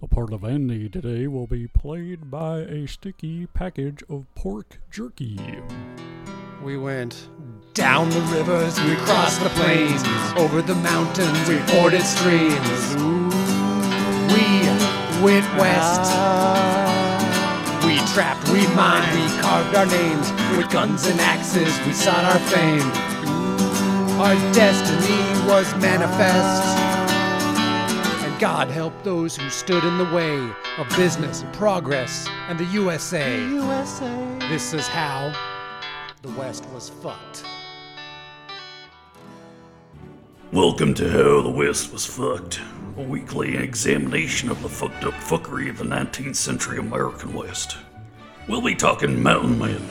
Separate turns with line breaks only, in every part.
The Parlivandy today will be played by a sticky package of pork jerky.
We went down the rivers, we crossed the plains, over the mountains, we forded streams. We went west. We trapped, we mined, we carved our names with guns and axes, we sought our fame. Our destiny was manifest. And God help those who stood in the way of business and progress and the USA. This is how the West was fucked.
Welcome to How the West Was Fucked, a weekly examination of the fucked up fuckery of the 19th century American West. We'll be talking mountain men,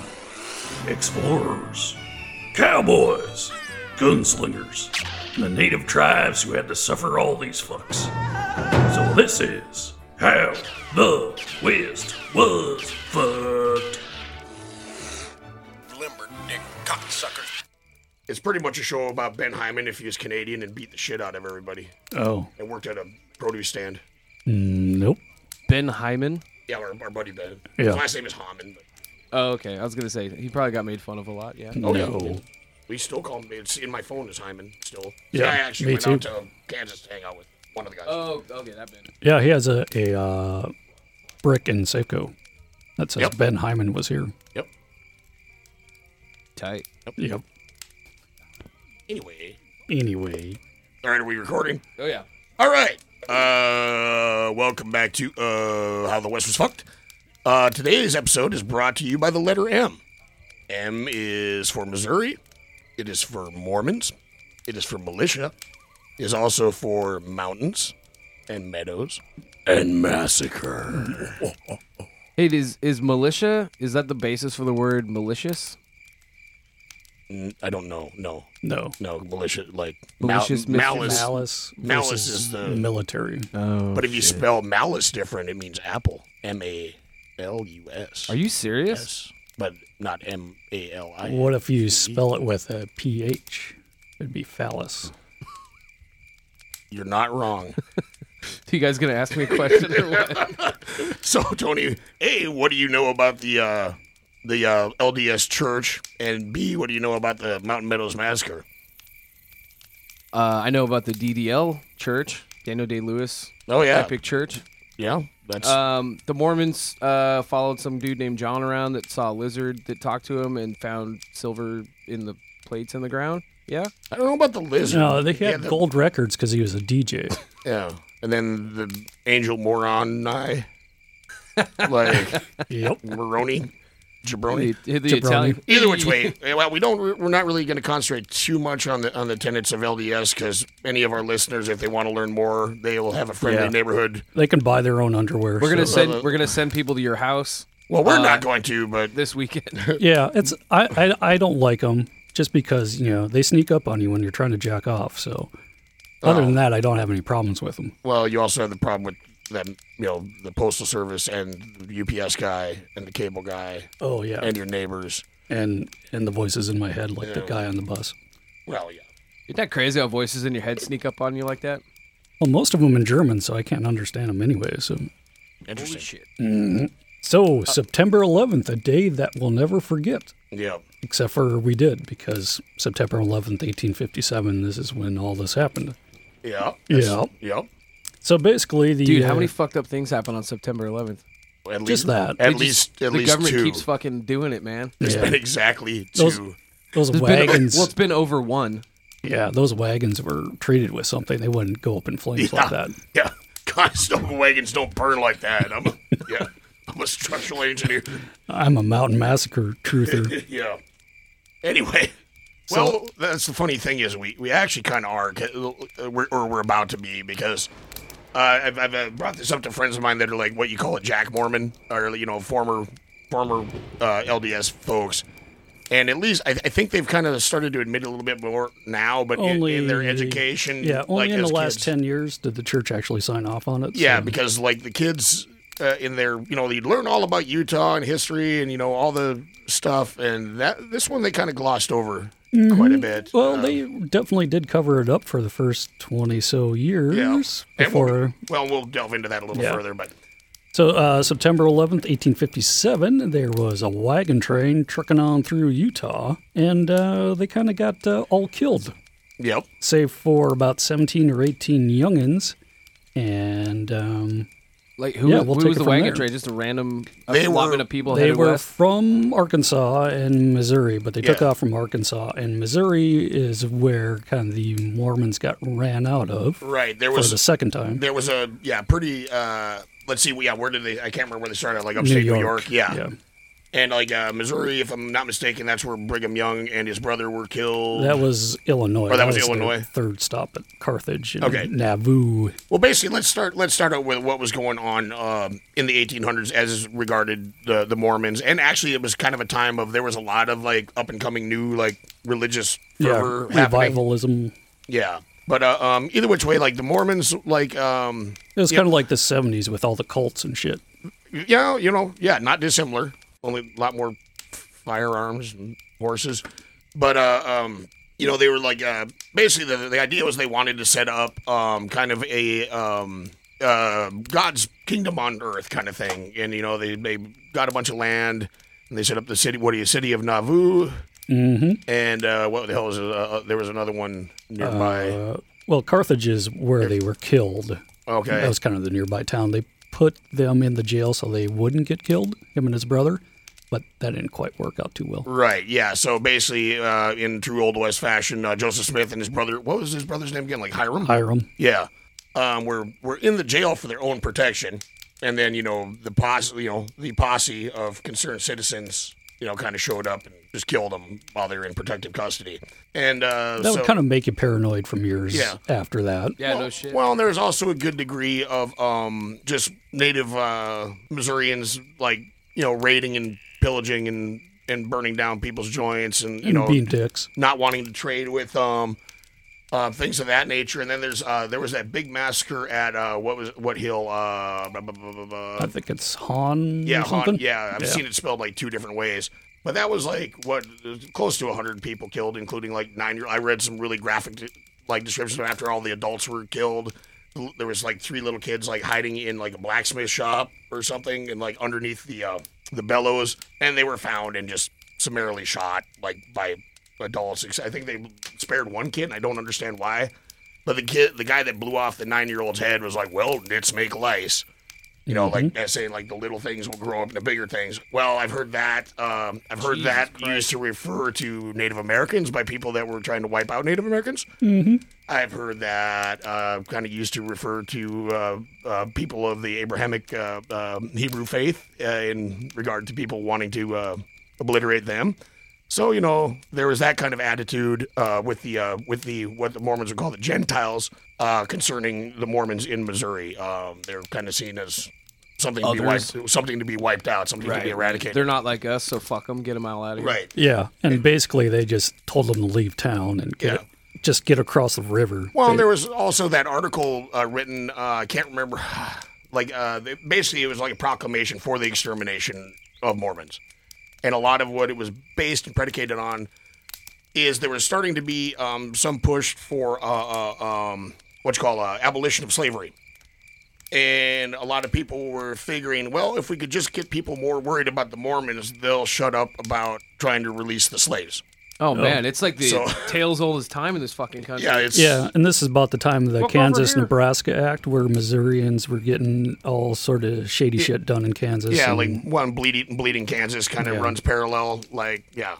explorers, cowboys, gunslingers, and the native tribes who had to suffer all these fucks. So this is How the West Was Fucked.
limberdick cocksuckers. It's pretty much a show about Ben Hyman if he was Canadian and beat the shit out of everybody
Oh,
and worked at a produce stand.
Mm, nope.
Ben Hyman.
Yeah, our, our buddy Ben.
Yeah.
His last name is Hyman, but
Oh, okay. I was gonna say he probably got made fun of a lot. Yeah.
No.
we still call him. It's in my phone is Hyman still.
Yeah,
I actually
me
went out
too. Uh,
to Kansas to hang out with one of the guys.
Oh, okay, that Ben.
Yeah, he has a, a uh, brick in Seiko that says
Yep.
Ben Hyman was here.
Yep.
Tight.
Yep.
Anyway,
Anyway.
all right, are we recording?
Oh yeah.
All right. Uh, welcome back to uh, How the West Was Fucked. Uh, today's episode is brought to you by the letter M. M is for Missouri. It is for Mormons. It is for militia. It is also for mountains and meadows and massacre.
Hey, is is militia? Is that the basis for the word malicious?
Mm, I don't know. No,
No.
no militia like
Malicious mischief.
malice.
Malice.
Malice
versus
is the-
military.
Oh.
but if you spell malice different, it means apple. M A L U S.
Are you serious?
Yes, but not M A L I.
What if you spell it with a PH? It'd be phallus.
You're not wrong.
You guys gonna ask me a question or what?
so Tony, A, what do you know about the uh the uh, LDS Church? And B, what do you know about the Mountain Meadows Massacre?
Uh, I know about the DDL Church, Daniel Day Lewis
Oh yeah.
Epic Church.
Yeah. That's
Um, the Mormons uh, followed some dude named John around that saw a lizard that talked to him and found silver in the plates in the ground. Yeah.
I don't know about the lizard.
No, they had
Yeah, the-
gold records because he was a DJ.
Yeah. And then the angel moron I like
yep.
Moroni. Jabroni.
The, the
Jabroni.
Italian.
Either which way, eh, well, we don't. We're not really going to concentrate too much on the on the tenets of LDS because any of our listeners, if they want to learn more, they will have a friendly
Yeah.
neighborhood.
They can buy their own underwear.
We're gonna
so-
send we're gonna send people to your house
Well, we're
Uh,
not going to, but
this weekend.
Yeah, it's I, I I don't like them just because you know they sneak up on you when you're trying to jack off. So other than that, I don't have any problems with them.
well, you also have the problem with them, you know, the postal service and the UPS guy and the cable guy
Oh yeah,
and
and
your neighbors.
and, the voices in my head like the guy on the bus.
Well, yeah,
Isn't that crazy how voices in your head sneak up on you like that?
Well, most of them in German, so I can't understand them anyway. So
interesting.
Mm-hmm.
so September 11th, a day that we'll never forget,
Yeah,
except for we did because September 11th, 1857. This is when all this happened.
yeah,
Yeah.
yeah.
So basically, the
Dude,
uh,
how many fucked up things happen on September 11th?
At least
Just that.
At
They
least,
just-
at
the
least
government
two.
keeps fucking doing it, man.
There's
Yeah.
been exactly two.
Those- those
It's been-
wagons?
well, it's been over one.
Yeah, those wagons were treated with something. They wouldn't go up in flames
yeah,
like that.
yeah. Guys, no wagons don't burn like that. I'm, a, yeah, I'm a structural engineer.
I'm a mountain massacre truther.
Yeah. Anyway. well, that's the funny thing is we, we actually kind of are, 'cause, uh, we're, or we're about to be, because uh, I've, I've uh, brought this up to friends of mine that are like what you call a Jack Mormon, or you know former former uh, LDS folks, and at least I, I think they've kind of started to admit a little bit more now, but in-
only
in, their education,
Yeah, only
like,
in the
as
last
kids.
ten years did the church actually sign off on it.
Yeah,
so-
because like the kids uh, in there, you know, you learn all about Utah and history and you know all the stuff, and that this one they kind of glossed over quite a bit.
Mm-hmm. Well,
Uh,
they definitely did cover it up for the first 20 so years
yeah. And we'll-
before.
well, we'll delve into that a little
Yeah.
further, but
So, uh, September 11th, 1857, there was a wagon train trucking on through Utah, and uh, they kind of got uh, all killed,
yep.
save for about 17 or 18 youngins. And um,
Like who?
Yeah,
was-
we'll
who
take
was
it
the
from
wagon
there.
train? Just a random
They
a allotment
were-
of people
they
headed
were
west.
from Arkansas and Missouri, but they took
Yeah.
off from Arkansas. And Missouri is where kind of the Mormons got ran out of
Right. There
for
was
the second time.
there was a yeah pretty uh let's see yeah where did they I can't remember where they started like upstate New York, yeah. and like uh, Missouri if I'm not mistaken that's where Brigham Young and his brother were killed.
That was Illinois.
Oh, that was
their
Illinois.
Third stop at Carthage. And
Okay.
Nauvoo.
well, basically let's start let's start out with what was going on um, in the 1800s as regarded the the Mormons and actually it was kind of a time of there was a lot of like up and coming new like religious fervor
yeah.
happening.
Revivalism.
Yeah. But uh, um, either which way, like the Mormons, like um,
It was kind of like the 70s with all the cults and shit.
yeah, you know, yeah, not dissimilar. Only a lot more firearms and horses. But uh, um, you know, they were like uh, basically the, the idea was they wanted to set up um, kind of a um, uh, God's kingdom on earth kind of thing, and you know, they they got a bunch of land and they set up the city. What do you, city of Nauvoo?
Mm-hmm.
And uh, what the hell was it? Uh, uh, there was another one nearby.
Uh, well, Carthage is where they were killed.
okay,
That was kind of the nearby town. They put them in the jail so they wouldn't get killed, him and his brother, but that didn't quite work out too well.
Right. Yeah. So basically, uh, in true old west fashion, uh, Joseph Smith and his brother. What was his brother's name again? Like Hiram.
Hiram.
yeah. Um, were were in the jail for their own protection, and then you know the posse, you know the posse of concerned citizens, you know, kind of showed up and just killed them while they were in protective custody. And uh,
That
so,
would kind of make you paranoid from years
Yeah.
after that.
yeah,
well,
no shit.
Well, and there's also a good degree of um, just native uh, Missourians, like you know, raiding and pillaging and and burning down people's joints, and you
and
know,
being dicks.
not wanting to trade with um, uh, things of that nature. And then there's uh, there was that big massacre at uh, what was what hill? Uh, blah, blah, blah, blah, blah.
I think it's Han.
yeah,
or
Hon-
something.
yeah, I've
Yeah.
seen it spelled like two different ways. But that was like what close to hundred people killed, including like nine year. I read some really graphic like descriptions of after all the adults were killed. There was like three little kids like hiding in like a blacksmith shop or something, and like underneath the uh, the bellows, and they were found and just summarily shot like by adults. Ex- I think they spared one kid. and I don't understand why, but the kid, the guy that blew off the nine year old's head was like, "Well, it's make lice." You know, like that saying, like the little things will grow up into bigger things. Well, I've heard that. Um, I've heard that used to refer to Native Americans by people that were trying to wipe out Native Americans. Mm-hmm. I've heard that uh, kind of used to refer to uh, uh, people of the Abrahamic uh, uh, Hebrew faith uh, in regard to people wanting to uh, obliterate them. So you know there was that kind of attitude uh, with the uh, with the what the Mormons would call the Gentiles uh, concerning the Mormons in Missouri. Um, they're kind of seen as something to be
Others.
wiped, something to be wiped out, something to be eradicated.
They're not like us, so fuck them. Get them out of here.
right.
Yeah, and basically they just told them to leave town and get just get across the river.
Well,
They-
there was also that article uh, written. Uh, I can't remember. Like uh, they- basically, it was like a proclamation for the extermination of Mormons, and a lot of what it was based and predicated on is there was starting to be um, some push for uh, uh, um, what you call uh, abolition of slavery, and a lot of people were figuring, well, if we could just get people more worried about the Mormons, they'll shut up about trying to release the slaves.
Oh man, it's like the
So-
tales old as time in this fucking country.
Yeah, it's
yeah, and this is about the time of the
Look over
Kansas
here.
Nebraska Act where Missourians were getting all sort of shady shit done in Kansas.
Yeah,
and-
like one bleeding bleeding Kansas kind of
Yeah.
runs parallel. Like yeah,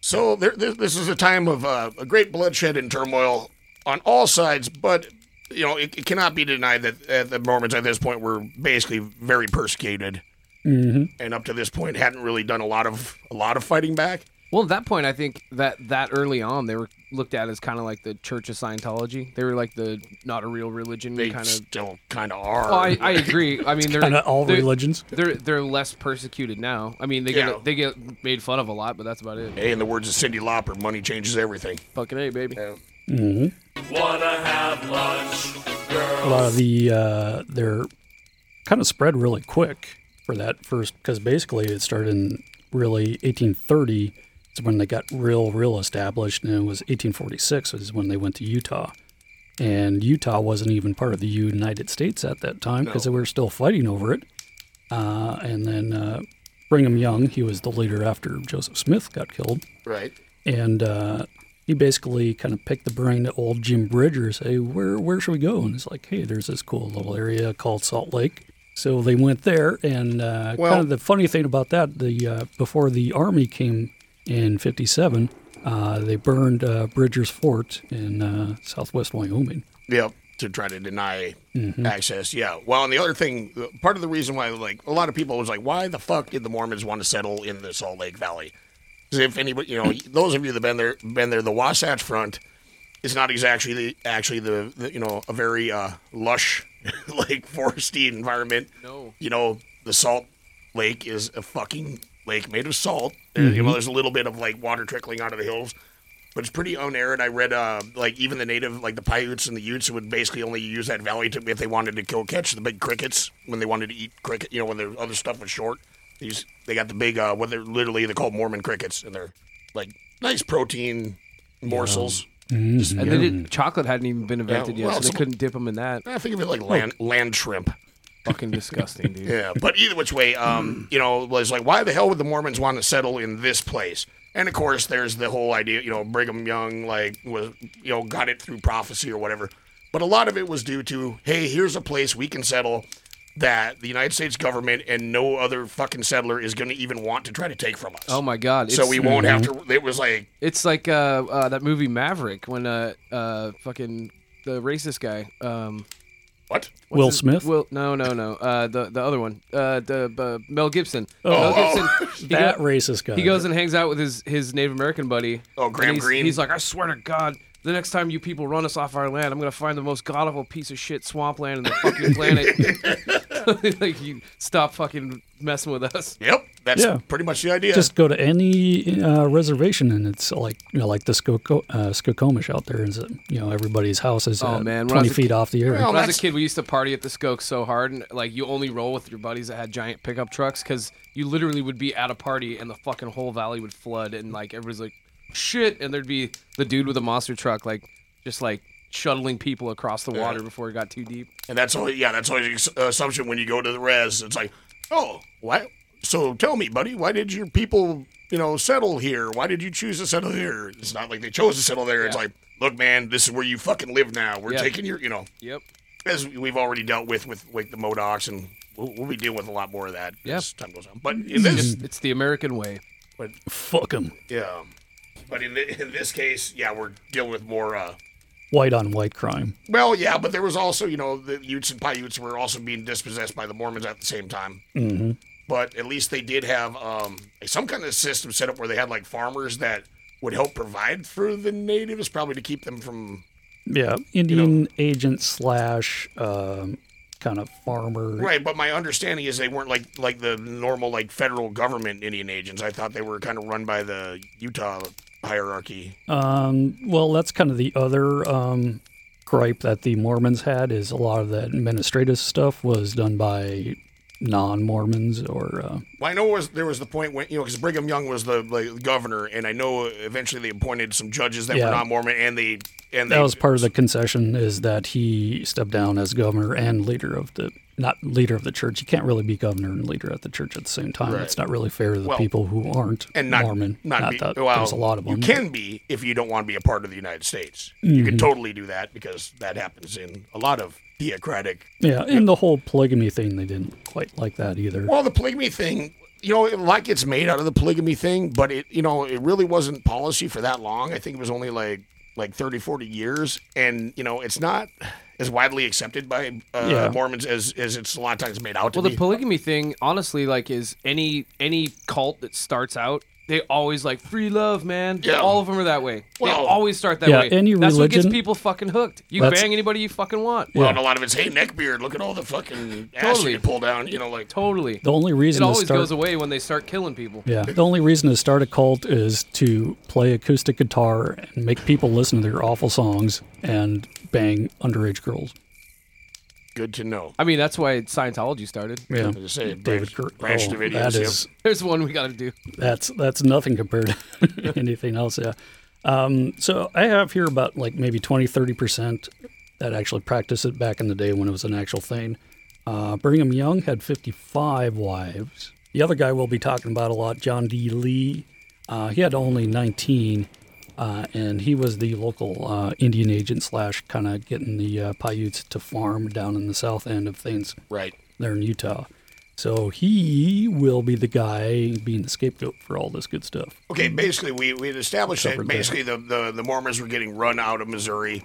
so there, this, this is a time of uh, a great bloodshed and turmoil on all sides. But you know, it, it cannot be denied that uh, the Mormons at this point were basically very persecuted, and up to this point hadn't really done a lot of a lot of fighting back.
Well, at that point, I think that that early on, they were looked at as kind of like the Church of Scientology. They were like the not a real religion
They
kind of.
still kind of are.
Oh, I, I agree. I mean, they're
Kinda all
they're,
religions.
They're they're less persecuted now. I mean, they
Yeah.
get they get made fun of a lot, but that's about it.
Hey, in the words of Cindy Lauper, money changes everything.
Fucking a baby.
Mm-hmm.
Wanna have lunch,
A lot of the uh, they're kind of spread really quick for that first because basically it started in really 1830. It's
that's when they got real, real established, and it was 1846 is when they went to Utah. And Utah wasn't even part of the United States at that time because they were still fighting over it. Uh, and then uh, Brigham Young, he was the leader after Joseph Smith got killed,
Right.
and uh, he basically kind of picked the brain to old Jim Bridger, say, where where should we go? And it's like, hey, there's this cool little area called Salt Lake. So they went there, and uh,
Well-
kind of the funny thing about that, the uh, before the army came in '57, uh, they burned uh, Bridger's Fort in uh, southwest Wyoming.
Yep. To try to deny access. Yeah. Well, and the other thing, uh, part of the reason why, like, a lot of people was like, why the fuck did the Mormons want to settle in the Salt Lake Valley? Because if anybody, you know, those of you that been there, been there, the Wasatch Front is not exactly the, actually the, the, you know, a very uh, lush, like, foresty environment.
No.
You know, the Salt Lake is a fucking lake made of salt. And, you know, there's a little bit of like water trickling out of the hills, but it's pretty unarid. I read uh, like even the native, like the Paiutes and the Utes, would basically only use that valley to, if they wanted to go catch the big crickets when they wanted to eat cricket. You know, when their other stuff was short. These they got the big uh, what they're literally they're called Mormon crickets, and they're like nice protein morsels. Just,
And they didn't, chocolate hadn't even been invented yet,
well,
so they
some-
couldn't dip them in that.
I think of it like land land shrimp.
Fucking disgusting, dude.
Yeah, but either which way, um, you know, was like, why the hell would the Mormons want to settle in this place? And of course, there's the whole idea, you know, Brigham Young, like, was, you know, got it through prophecy or whatever. But a lot of it was due to, hey, here's a place we can settle that the United States government and no other fucking settler is going to even want to try to take from us.
Oh my god. It's,
so we won't have to. It was like,
It's like uh, uh, that movie Maverick when uh, uh, fucking the racist guy. Um,
what?
what's
Will
his-
Smith?
Will no no no. Uh, the the other one. Uh, the uh, Mel Gibson.
Oh.
Mel Gibson. he,
That
go-
racist guy.
he goes and hangs out with his his Native American buddy.
Oh,
and
Graham
he's,
Greene?
He's like, I swear to God. The next time you people run us off our land, I'm gonna find the most god awful piece of shit swampland in the fucking planet. like you stop fucking messing with us.
Yep, that's
Yeah.
pretty much the idea.
Just go to any uh, reservation, and it's like you know, like the Skoko- uh, Skokomish out there, and it's, uh, you know everybody's house is
Oh,
uh,
man, when I was
twenty
a
feet off the air.
Well,
When I was
that's-
a kid, we used to party at the Skokie so hard, and like you only roll with your buddies that had giant pickup trucks because you literally would be at a party and the fucking whole valley would flood, and like everybody's like, shit, and there'd be the dude with a monster truck, like just like shuttling people across the water before it got too deep.
And that's always yeah, that's always the assumption when you go to the res. It's like, oh, why? So tell me, buddy, why did your people, you know, settle here? Why did you choose to settle here? It's not like they chose to settle there. It's
Yeah.
like, look, man, this is where you fucking live now. We're
Yeah.
taking your, you know,
Yep.
as we've already dealt with with like the Modocs, and we'll, we'll be dealing with a lot more of that
Yeah.
as time goes on. But in this,
It's the American way.
Fuck him.
Mm-hmm.
yeah, but in, thi- in this case, yeah, we're dealing with more. uh
White on white crime.
Well, yeah, but there was also, you know, the Utes and Paiutes were also being dispossessed by the Mormons at the same time. Mm-hmm. But at least they did have um, some kind of system set up where they had like farmers that would help provide for the natives, probably to keep them from
Yeah, Indian agent slash um, kind of farmer.
right. But my understanding is they weren't like like the normal like federal government Indian agents. I thought they were kind of run by the Utah hierarchy.
Um, well, that's kind of the other um, gripe that the Mormons had is a lot of that administrative stuff was done by non-Mormons or uh,
Well, I know was there was the point when you know because Brigham Young was the like, governor, and I know eventually they appointed some judges that
Yeah.
were non-Mormon, and they and they,
that was part of the concession is that he stepped down as governor and leader of the not leader of the church. You can't really be governor and leader at the church at the same time. It's not really fair to the
Well,
people who aren't
and not
Mormon.
Not, be,
that
well,
there's a lot of them. Mm-hmm.
You can be if you don't want to be a part of the United States. You can totally do that because that happens in a lot of theocratic.
Yeah, and the whole polygamy thing, they didn't quite like that either.
Well, the polygamy thing, you know, it, like it's made out of the polygamy thing, but it, you know, it really wasn't policy for that long. I think it was only like like 30, 40 years, and you know, it's not as widely accepted by uh,
Yeah.
Mormons as as it's a lot of times made out to
Well,
be.
the polygamy thing, honestly, like, is any any cult that starts out, they always like free love, man.
Yeah.
All of them are that way.
Well-
they always start that
Yeah,
way.
any
That's what gets
religion-
people fucking hooked. You
That's-
bang anybody you fucking want.
well, and a lot of it's hey neckbeard, look at all the fucking ass
Totally.
you can pull down. You know, like
Totally.
the only
It
reason to
always
start,
goes away when they start killing people.
yeah, the only reason to start a cult is to play acoustic guitar and make people listen to their awful songs and bang underage girls.
good to know.
I mean, that's why Scientology started.
Yeah.
As I say,
David
branch-
Kirk.
branch
oh,
Davidians,
that
yep.
is
There's one we got to do.
that's that's nothing compared to anything else. Yeah. Um, so I have here about like maybe 20, 30 percent that actually practiced it back in the day when it was an actual thing. Uh, Brigham Young had 55 wives. The other guy we'll be talking about a lot, John D. Lee, uh, he had only 19, uh, and he was the local uh, Indian agent slash kind of getting the uh, Paiutes to farm down in the south end of things
Right.
there in Utah. So he will be the guy being the scapegoat for all this good stuff.
Okay, basically, we, we had established that
Covered that.
basically the, the, the Mormons were getting run out of Missouri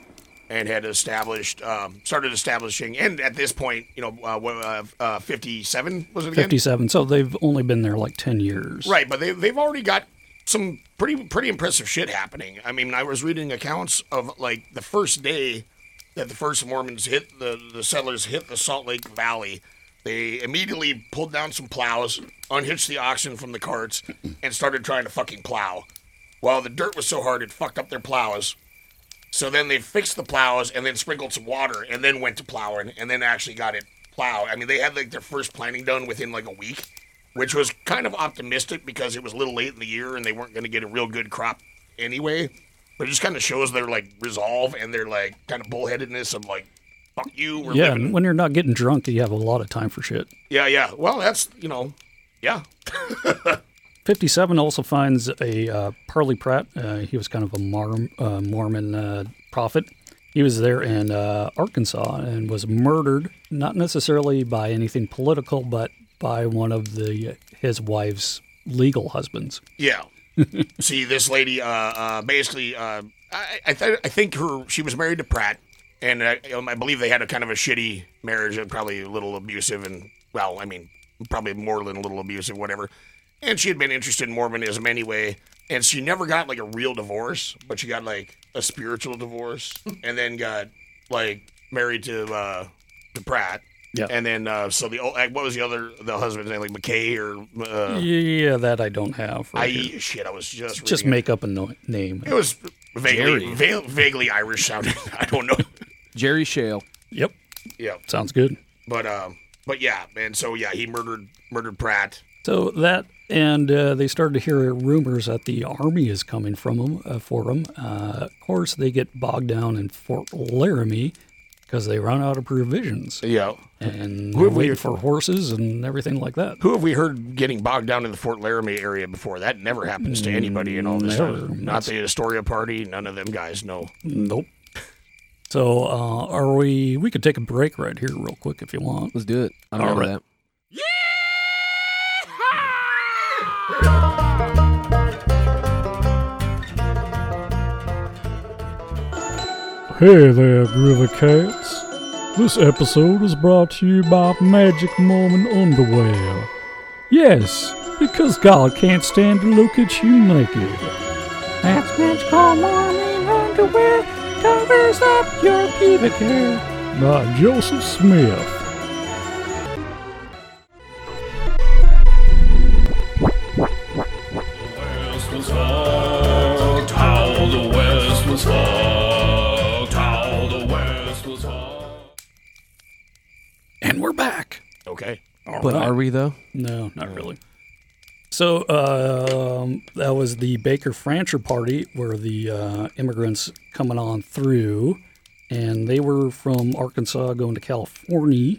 and had established, um, started establishing, and at this point, you know, uh, what, uh, uh, 57 was it again?
57. So they've only been there like 10 years.
Right, but they, they've already got some pretty pretty impressive shit happening. I mean, I was reading accounts of like the first day that the first Mormons hit the, the settlers hit the Salt Lake Valley. They immediately pulled down some plows, unhitched the oxen from the carts, and started trying to fucking plow. Well, the dirt was so hard it fucked up their plows. So then they fixed the plows and then sprinkled some water and then went to plowing and then actually got it plowed. I mean, they had like their first planting done within like a week, which was kind of optimistic because it was a little late in the year and they weren't going to get a real good crop anyway. But it just kind of shows their like resolve and their like kind of bullheadedness of like, fuck you. We're
Yeah.
Living.
And when you're not getting drunk, you have a lot of time for shit.
Yeah. Yeah. Well, that's, you know, yeah.
57 also finds a uh, Parley Pratt. Uh, he was kind of a Mar- uh, Mormon uh, prophet. He was there in uh, Arkansas and was murdered, not necessarily by anything political, but by one of the uh, his wife's legal husbands.
Yeah. See, this lady, uh, uh, basically, uh, I, I, th- I think her she was married to Pratt, and I, um, I believe they had a kind of a shitty marriage, and probably a little abusive, and well, I mean, probably more than a little abusive, whatever. And she had been interested in Mormonism anyway, and she never got like a real divorce, but she got like a spiritual divorce, and then got like married to uh, to Pratt.
Yeah.
And then, uh, so the old, what was the other, the husband's name, like McKay or, uh,
Yeah, that I don't have.
I,
Right here.
shit, I was just,
Just
reading it.
make up a no- name.
It was vaguely, va- vaguely Irish sounding. I don't know.
Jerry Shale.
Yep.
yeah,
Sounds good.
but um, but yeah, and so yeah, he murdered murdered Pratt.
So that, and uh, they started to hear rumors that the army is coming from them uh, for them. Uh, of course, they get bogged down in Fort Laramie because they run out of provisions
Yeah.
and
Who
they're
have we-
waiting for horses and everything like that.
Who have we heard getting bogged down in the Fort Laramie area before? That never happens to anybody in all this
Never.
time. Not the Astoria party. None of them guys. No.
Nope. So uh, are we? We could take a break right here, real quick, if you want.
Let's do it. I'm out
right.
of that.
Hey there, River Cats. This episode is brought to you by Magic Mormon Underwear. Yes, because God can't stand to look at you naked. That's Magical Mormon Underwear covers up your pubic hair. By Joseph Smith.
West was fucked. How the West was fucked. How the West was fucked.
And we're back.
Okay.
But are we though?
No, not really. So um, that was the Baker Francher party, where the uh, immigrants coming on through, and they were from Arkansas going to California.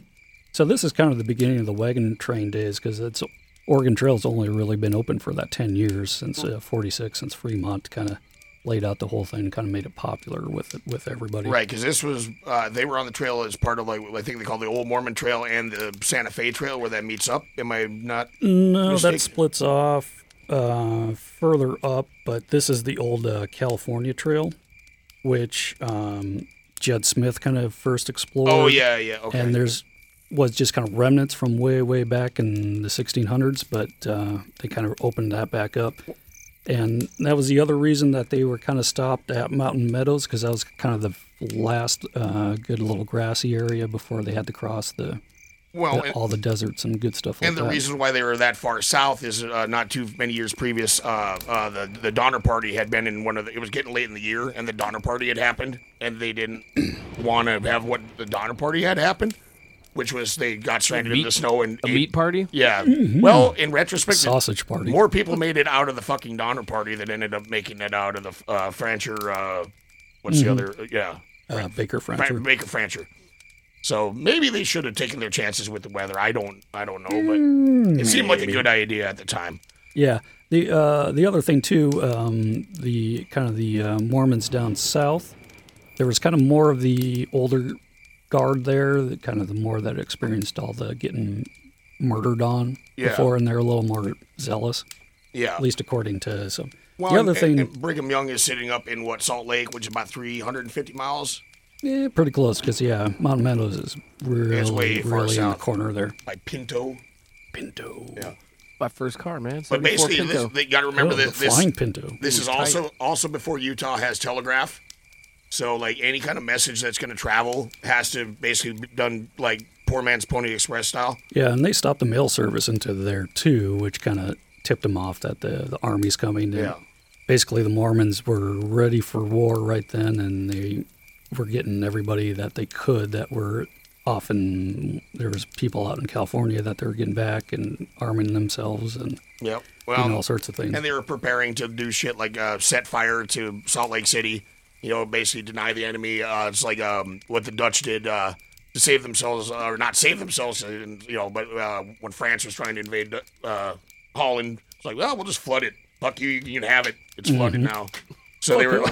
So this is kind of the beginning of the wagon train days because it's Oregon Trail's only really been open for that ten years since uh, '46, since Fremont kind of laid out the whole thing, kind of made it popular with with everybody.
Right, because this was uh, they were on the trail as part of like I think they call the Old Mormon Trail and the Santa Fe Trail where that meets up. Am I not?
No,
Mistake.
that splits off uh, further up, but this is the old uh, California Trail, which um, Jed Smith kind of first explored.
Oh yeah, yeah. Okay.
And there's was just kind of remnants from way, way back in the 1600s, but uh, they kind of opened that back up. And that was the other reason that they were kind of stopped at Mountain Meadows because that was kind of the last uh, good little grassy area before they had to cross the,
well, Oh, and-
all the deserts and good stuff like
And the
that.
reason why they were that far south is uh, not too many years previous. Uh, uh, the the Donner Party had been in one of the. It was getting late in the year, and the Donner Party had happened, and they didn't want to have what the Donner Party had happened. which was they got stranded in
Meat-
the snow and
A
ate-
meat party?
Yeah. Well, in retrospect,
Mm-hmm. Sausage party.
More people made it out of the fucking Donner Party than ended up making it out of the uh, Francher. Uh, what's
Mm-hmm.
the other? yeah,
Uh, Baker
Fra-
Francher.
Baker Francher. So maybe they should have taken their chances with the weather. I don't. I don't know, but
Hmm.
it seemed like a good idea at the time.
Yeah. The uh, the other thing too, um, the kind of the uh, Mormons down south, there was kind of more of the older guard there, the, kind of the more that experienced all the getting murdered on
Yeah.
before, and they're a little more zealous,
Yeah.
at least according to some.
Well,
the other
and-
thing,
and Brigham Young is sitting up in what Salt Lake, which is about 350 miles,
eh, pretty close, because yeah, Mount Meadows is
way
really,
far
really in the
south.
corner there.
by Pinto.
Pinto.
Yeah.
My first car, man.
But
74
basically, this,
Pinto.
they got to remember
Oh,
that
the
this
flying Pinto.
This is also also before Utah has telegraph. So like any kind of message that's going to travel has to basically be done like poor man's Pony Express style.
Yeah, and they stopped the mail service into there too, which kind of tipped them off that the the army's coming. And
Yeah.
Basically, the Mormons were ready for war right then, and they were getting everybody that they could that were often there was people out in California that they were getting back and arming themselves and
Yep. Well,
doing all sorts of things.
and they were preparing to do shit like uh, set fire to Salt Lake City. You know, basically deny the enemy. Uh, it's like um, what the Dutch did uh, to save themselves, uh, or not save themselves. uh, and, You know, but uh, when France was trying to invade uh, Holland, it's like, well, we'll just flood it. Fuck you, you can have it. It's flooded now. So they were.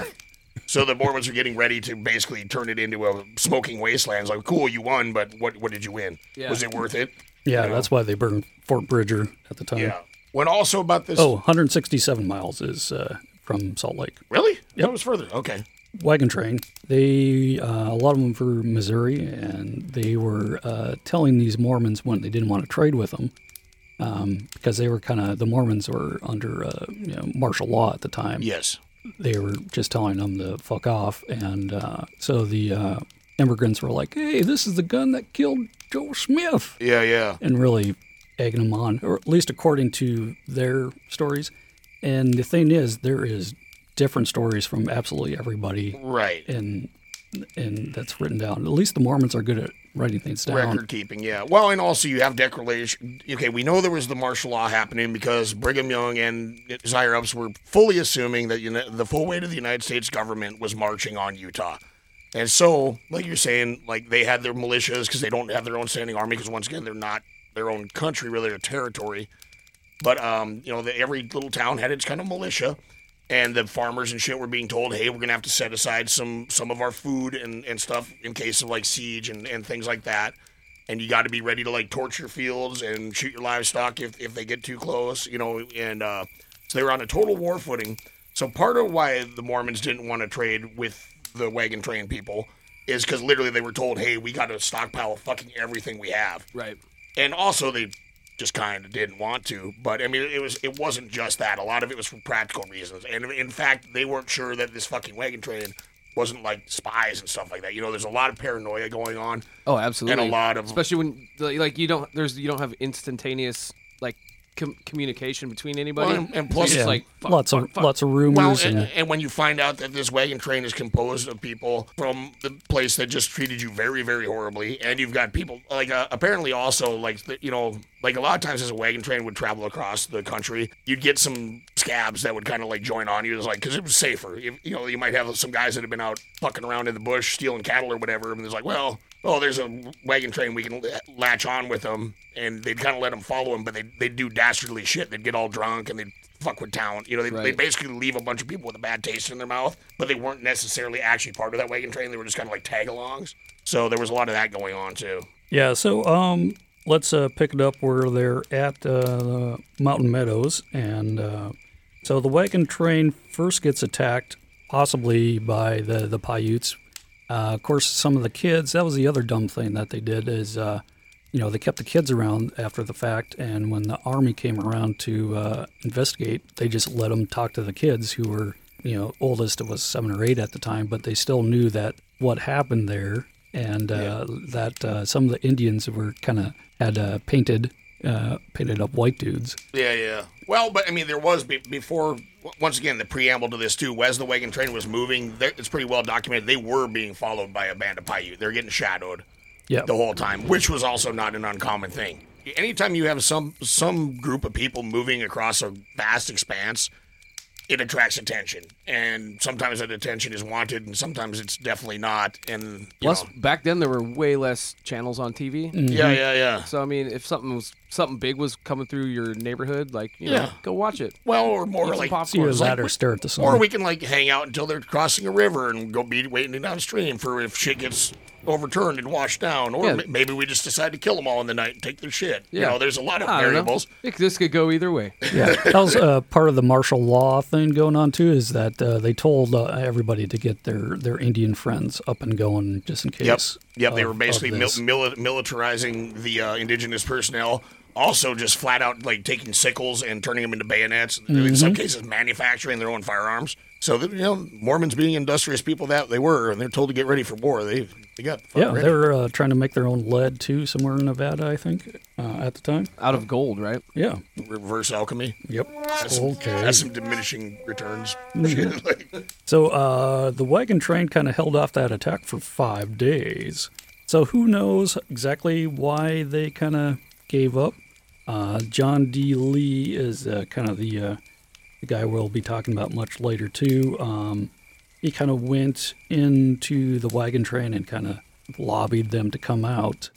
So the Mormons are getting ready to basically turn it into a smoking wasteland. It's like, cool, you won, but what what did you win?
Yeah.
Was it worth it?
yeah, that's why they burned Fort Bridger at the time.
Yeah. When also about this.
Oh, 167 miles is uh, from Salt Lake.
really? That was further. Okay.
wagon train. They uh, a lot of them were Missouri, and they were uh, telling these Mormons when they didn't want to trade with them um, because they were kind of the Mormons were under uh, you know, martial law at the time.
Yes.
They were just telling them to fuck off, and uh, so the uh, immigrants were like, "Hey, this is the gun that killed Joe Smith,"
Yeah. Yeah.
and really egging them on, or at least according to their stories. And the thing is, there is different stories from absolutely everybody
Right.
and and that's written down. At least the Mormons are good at writing things down.
Record keeping, yeah. Well, and also you have declaration. Okay, we know there was the martial law happening because Brigham Young and his higher ups were fully assuming that uni- the full weight of the United States government was marching on Utah. And so, like you're saying, like they had their militias because they don't have their own standing army because once again they're not their own country, really their territory. But um, you know, the, every little town had its kind of militia, and the farmers and shit were being told, "Hey, we're gonna have to set aside some some of our food and, and stuff in case of like siege and, and things like that." And you got to be ready to like torch your fields and shoot your livestock if, if they get too close, you know. And uh, so they were on a total war footing. So part of why the Mormons didn't want to trade with the wagon train people is because literally they were told, "Hey, we got to stockpile fucking everything we have."
Right.
and also they just kind of didn't want to. But I mean, it was it wasn't just that. A lot of it was for practical reasons, and in fact, they weren't sure that this fucking wagon train wasn't like spies and stuff like that. You know, there's a lot of paranoia going on.
Oh, absolutely.
lot of-
especially when like like, you don't there's you don't have instantaneous like com- communication between anybody.
Well, and- and plus-
it's
Yeah,
just like fuck,
lots
fuck,
of
fuck.
lots of rumors
Well,
and,
and, and when you find out that this wagon train is composed of people from the place that just treated you very, very horribly, and you've got people like uh, apparently also like the, you know like a lot of times as a wagon train would travel across the country, you'd get some scabs that would kind of like join on you, it's like because it was safer. If, you know, you might have some guys that have been out fucking around in the bush stealing cattle or whatever, and it's like, well. Oh, there's a wagon train we can l- latch on with them, and they'd kind of let them follow him, but they they'd do dastardly shit. They'd get all drunk and they'd fuck with town. You know, they they
Right.
basically leave a bunch of people with a bad taste in their mouth, but they weren't necessarily actually part of that wagon train. They were just kind of like tag alongs. So there was a lot of that going on too.
yeah. So um, let's uh, pick it up where they're at uh, Mountain Meadows, and uh, so the wagon train first gets attacked, possibly by the the Paiutes. Uh, of course, some of the kids. That was the other dumb thing that they did is. Uh, you know, they kept the kids around after the fact, and when the army came around to uh, investigate, they just let them talk to the kids who were, you know, oldest was seven or eight at the time, but they still knew that what happened there, and uh, that uh, some of the Indians were kind of had uh, painted uh, painted up white dudes.
Yeah, yeah. Well, but I mean, there was be- before. w- Once again, the preamble to this too. As the wagon train was moving, there- it's pretty well documented. They were being followed by a band of Paiute. They're getting shadowed.
Yeah.
the whole time, which was also not an uncommon thing. Anytime you have some some group of people moving across a vast expanse, it attracts attention, and sometimes that attention is wanted, and sometimes it's definitely not. And you
Plus, mm-hmm.
know,
back then there were way less channels on TV.
Mm.
yeah, yeah, yeah.
So I mean, if something was something big was coming through your neighborhood, like you know,
Yeah.
go watch it.
Well, or more
Eat some
like
See you
popcorn.
at
like-
that or stare at the sun.
Or we can like hang out until they're crossing a river and go be waiting downstream for if shit gets overturned and washed down. Or
Yeah.
ma- maybe we just decide to kill them all in the night and take their shit. You
Yeah.
know, there's a lot of
I don't know.
variables.
It- This could go either way.
Yeah, that was uh, part of the martial law thing going on too. Is that uh, they told uh, everybody to get their, their Indian friends up and going just in case.
Yep, they
of-
were basically
of
mil-
this.
mili- militarizing the uh, indigenous personnel. Also, just flat out like taking sickles and turning them into bayonets. In some cases, manufacturing their own firearms. So that you know, Mormons being industrious people that they were, and they're told to get ready for war. They they got the fuck
yeah,
ready.
they were uh, trying to make their own lead too, somewhere in Nevada, I think, uh, at the time.
Out of gold, right?
Yeah.
reverse alchemy.
Yep.
That's some,
Okay.
that's some diminishing returns. Like,
So uh, the wagon train kind of held off that attack for five days. So who knows exactly why they kind of gave up? Uh, John D. Lee is uh, kind of the, uh, the guy we'll be talking about much later too. Um, he kind of went into the wagon train and kind of lobbied them to come out,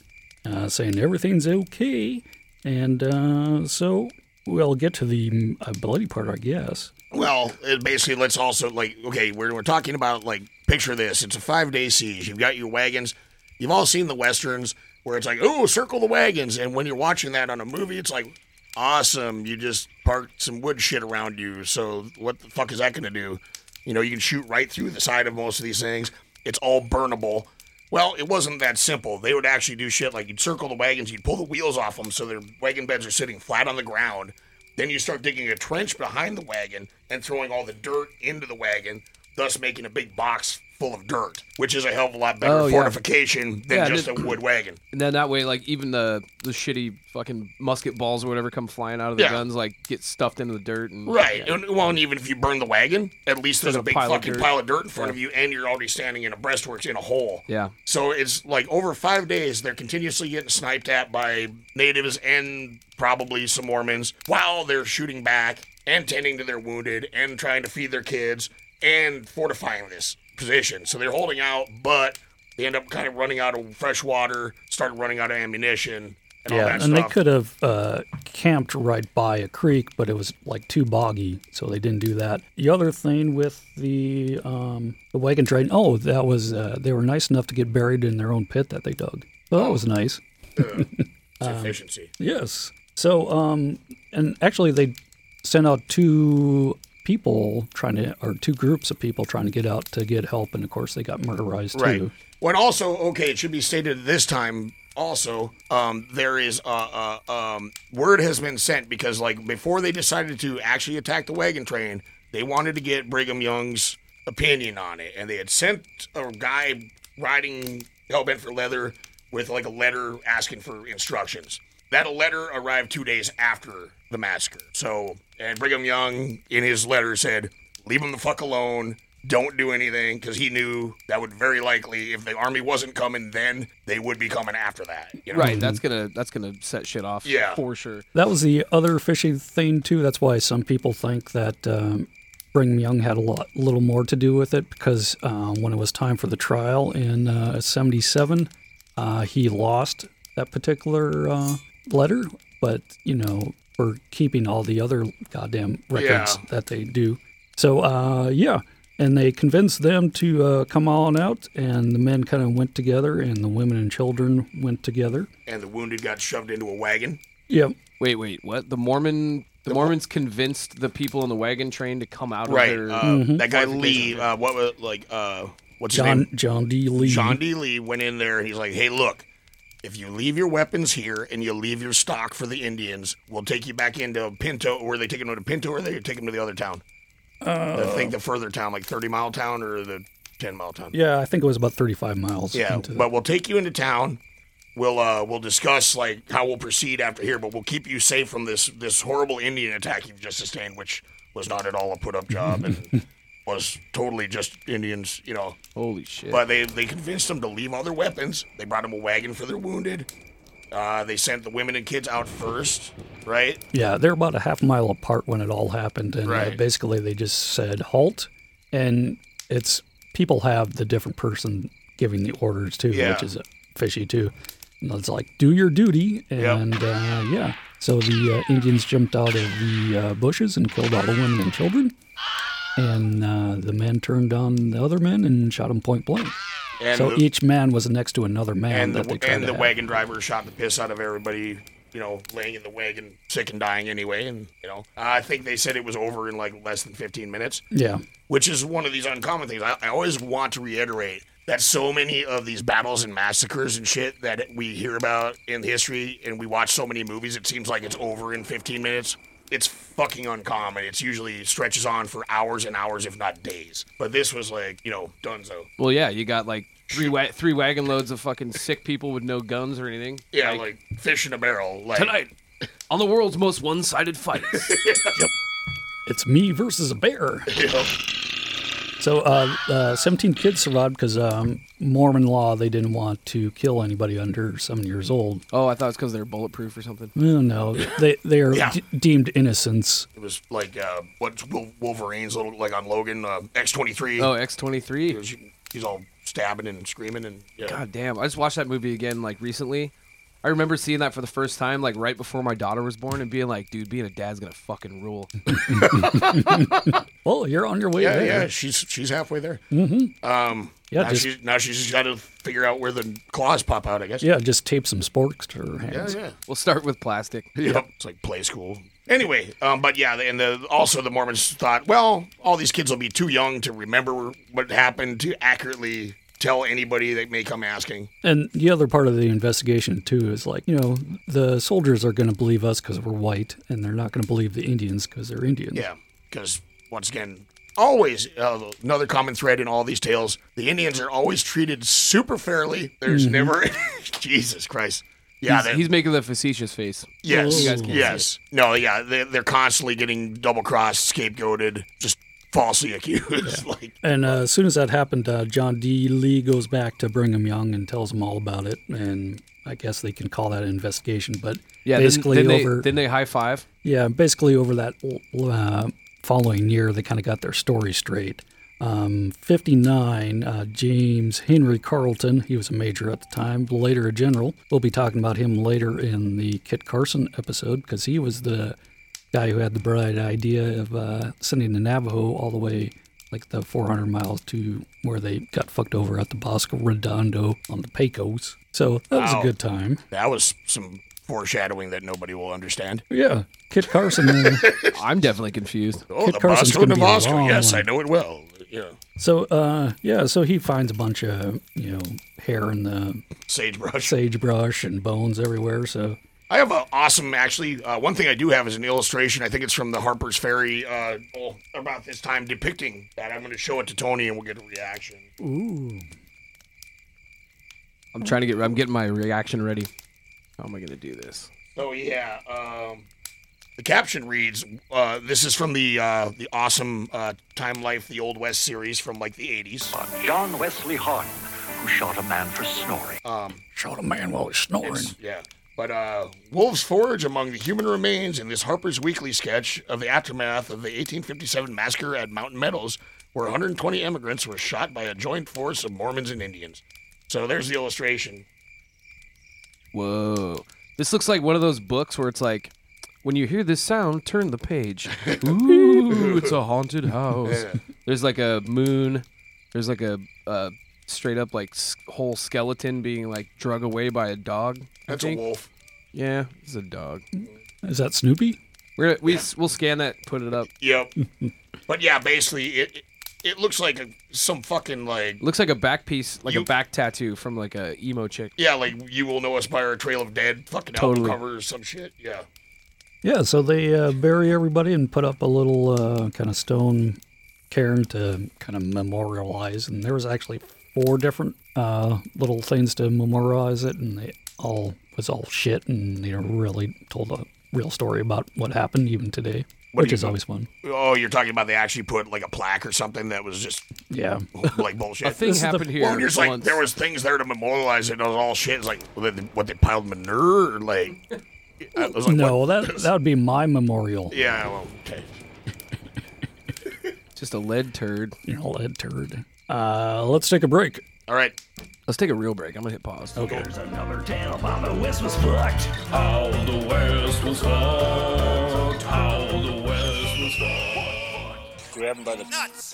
uh, saying everything's okay. And uh, so we'll get to the uh, bloody part, I guess.
well, it basically, let's also like okay, we're we're talking about like picture this. It's a five day siege. You've got your wagons. You've all seen the westerns where it's like oh, circle the wagons, and when you're watching that on a movie, it's like awesome. You just parked some wood shit around you. So what the fuck is that going to do? You know, you can shoot right through the side of most of these things. It's all burnable. Well, it wasn't that simple. They would actually do shit like you'd circle the wagons, you'd pull the wheels off them so their wagon beds are sitting flat on the ground. Then you start digging a trench behind the wagon and throwing all the dirt into the wagon, thus making a big box full of dirt, which is a hell of a lot better
Oh, yeah.
fortification than
Yeah,
just a
did-
wood wagon.
And then that way, like even the the shitty fucking musket balls or whatever come flying out of the
Yeah.
guns, like get stuffed into the dirt. And,
Right. And, well, and even if you burn the wagon, at least there's,
There's
a
a
big
pile of
fucking
dirt.
pile of dirt in front of you, and you're already standing in a breastworks in a hole.
Yeah.
So it's like over five days, they're continuously getting sniped at by natives and probably some Mormons while they're shooting back and tending to their wounded and trying to feed their kids and fortifying this position. So they're holding out, but they end up kind of running out of fresh water, start running out of ammunition, and all that
and
stuff.
they could have uh, camped right by a creek, but it was like too boggy, so they didn't do that. The other thing with the um, the wagon train, oh, that was uh, they were nice enough to get buried in their own pit that they dug. So that was nice.
It's
um,
efficiency.
Yes. So, um, and actually, they sent out two people trying to, or two groups of people trying to get out to get help, and of course, they got murderized too.
When also, okay, it should be stated this time also, um, there is uh, uh, um, word has been sent because like before they decided to actually attack the wagon train, they wanted to get Brigham Young's opinion on it, and they had sent a guy riding hellbent for leather with like a letter asking for instructions. That letter arrived two days after the massacre. So, and Brigham Young in his letter said, "Leave him the fuck alone. Don't do anything," because he knew that would very likely, if the army wasn't coming, then they would be coming after that. You know?
Right. That's gonna that's gonna set shit off.
Yeah.
For sure.
That was the other fishy thing too. That's why some people think that um, Brigham Young had a lot, little more to do with it because uh, when it was time for the trial in uh, '77, uh, he lost that particular uh, letter. But you know, for keeping all the other goddamn records
Yeah.
that they do. So uh, yeah, and they convinced them to uh, come on out, and the men kind of went together, and the women and children went together.
And the wounded got shoved into a wagon.
Yep.
Wait, wait. What? The Mormon the, Mormons convinced the people in the wagon train to come out
Right.
of their.
Uh, That guy Lee. Uh, what was like? Uh, what's his
John
name?
John D. Lee.
John D. Lee went in there and he's like, "Hey, look, if you leave your weapons here and you leave your stock for the Indians, we'll take you back into Pinto. Were they taking them to Pinto, or they take them to the other town? I think the further town, like thirty mile town or the ten mile town.
Yeah, I think it was about 35 miles.
Yeah,
into the-
but we'll take you into town. We'll uh, we'll discuss like how we'll proceed after here, but we'll keep you safe from this this horrible Indian attack you've just sustained, which was not at all a put up job. And was totally just Indians, you know.
Holy shit.
But they, they convinced them to leave all their weapons. They brought them a wagon for their wounded. Uh, they sent the women and kids out first, right?
Yeah, they're about a half mile apart when it all happened, and uh,
Right.
basically they just said halt, and it's people have the different person giving the orders too,
Yeah.
which is uh, fishy too. And it's like do your duty, and uh, yeah. So the uh, Indians jumped out of the uh, bushes and killed all the women and children, and uh, the men turned on the other men and shot them point blank.
And
so
the,
each man was next to another man
and the,
that they tried
and
to
the
have.
wagon driver shot the piss out of everybody, you know, laying in the wagon, sick and dying anyway. And, you know, Uh, I think they said it was over in like less than 15 minutes.
Yeah,
which is one of these uncommon things. I, I always want to reiterate that so many of these battles and massacres and shit that we hear about in history and we watch so many movies, it seems like it's over in 15 minutes. It's fucking uncommon. It's usually stretches on for hours and hours, if not days. But this was like, you know, dunzo.
Well, yeah, you got like three wa- three wagon loads of fucking sick people with no guns or anything.
Yeah, like, fish in a barrel. Like,
Tonight, on the world's most one-sided fights.
it's me versus a bear.
you know?
So, uh, uh, 17 kids survived because um, Mormon law, they didn't want to kill anybody under seven years old.
oh, I thought it was because they were bulletproof or something.
No, no, they, they are
Yeah.
de- deemed innocents.
It was like uh, what Wol- Wolverine's little, like on Logan, uh, X23.
Oh, X twenty three.
He's- He's all stabbing and screaming and yeah.
God damn! I just watched that movie again like recently. I remember seeing that for the first time like right before my daughter was born and being like, dude, being a dad's gonna fucking rule.
Well, you're on your way
Yeah,
there.
yeah, she's she's halfway there. Um,
Yeah,
now,
just,
she's, now she's just got to figure out where the claws pop out, I guess.
yeah, just tape some sporks to her
Yeah,
hands.
yeah.
We'll start with plastic.
Yep. It's like play school. Anyway, um, but yeah, and the, also the Mormons thought, well, all these kids will be too young to remember what happened to accurately tell anybody that may come asking.
And the other part of the investigation, too, is like, you know, the soldiers are going to believe us because we're white, and they're not going to believe the Indians because they're Indians.
Yeah, because once again, always uh, another common thread in all these tales: the Indians are always treated super fairly. There's
Mm-hmm.
never Jesus Christ. Yeah,
He's,
they-
he's making the facetious face.
Yes.
You guys can't
yes. No, yeah. They're, they're constantly getting double crossed, scapegoated, just falsely accused. like,
And uh, as soon as that happened, uh, John D. Lee goes back to Brigham Young and tells them all about it. And I guess they can call that an investigation, but
Yeah,
basically
didn't, didn't
over
They, didn't they high five?
yeah, basically over that l- uh, following year, they kind of got their story straight. Um, 59, uh, James Henry Carleton, he was a major at the time, later a general. We'll be talking about him later in the Kit Carson episode because he was the guy who had the bright idea of uh, sending the Navajo all the way like the 400 miles to where they got fucked over at the Bosco Redondo on the Pecos. So that was
Wow.
a good time.
that was some foreshadowing that nobody will understand.
Yeah. Kit Carson. Uh,
I'm definitely confused.
Oh,
Kit
the
Carson's
Bosco
gonna be a
Nabosco.
long
Yes, I
one.
know it well. Yeah.
So uh yeah, so he finds a bunch of, you know, hair in the
Sagebrush.
sagebrush and bones everywhere, so
I have an awesome, actually. Uh, one thing I do have is an illustration. I think it's from the Harper's Ferry uh, oh, about this time depicting that. I'm going to show it to Tony and we'll get a reaction.
I'm trying to get. I'm getting my reaction ready. How am I gonna do this?
So Oh, yeah, um, the caption reads, uh, "This is from the uh, the awesome uh, Time Life, the Old West series from like the '80s."
on Uh, John Wesley Hahn, who shot a man for snoring.
shot a man while he's snoring.
Um, Yeah. But uh, wolves forage among the human remains in this Harper's Weekly sketch of the aftermath of the 1857 massacre at Mountain Meadows, where 120 immigrants were shot by a joint force of Mormons and Indians. So there's the illustration.
Whoa! This looks like one of those books where it's like, when you hear this sound, turn the page. Ooh, it's a haunted house. There's like a moon. There's like a, a straight up like s- whole skeleton being like drug away by a dog. I
That's a
think.
wolf.
Yeah, it's a dog.
Is that Snoopy?
We're, we s- we'll scan that, put it up.
Yep. but yeah, basically, it it, it looks like a, some fucking like
Looks like a back piece, like a
You-
back tattoo from like a emo chick.
Yeah, like you will know us by our Trail of Dead fucking
Totally.
album cover or some shit. Yeah.
Yeah, so they uh, bury everybody and put up a little uh, kind of stone cairn to kind of memorialize. And there was actually four different uh, little things to memorialize it, and they all was all shit, and they really told a real story about what happened even today,
What do
which
you
is
mean?
always fun.
Oh, you're talking about they actually put like a plaque or something that was just
Yeah.
like bullshit.
A thing
This is the-
happened here.
Well, and you're just like
once.
there was things there to memorialize it. and It was all shit. It's like well, they, what they piled manure or like. I was like,
No,
what?
that that would be my memorial.
Yeah. Well, okay.
just a lead turd.
You know, that turd. Uh, let's take a break.
All right.
Let's take a real break. I'm gonna hit pause.
Oh.
There's another tale about the West was fucked. How the West was fucked. How the West was fucked.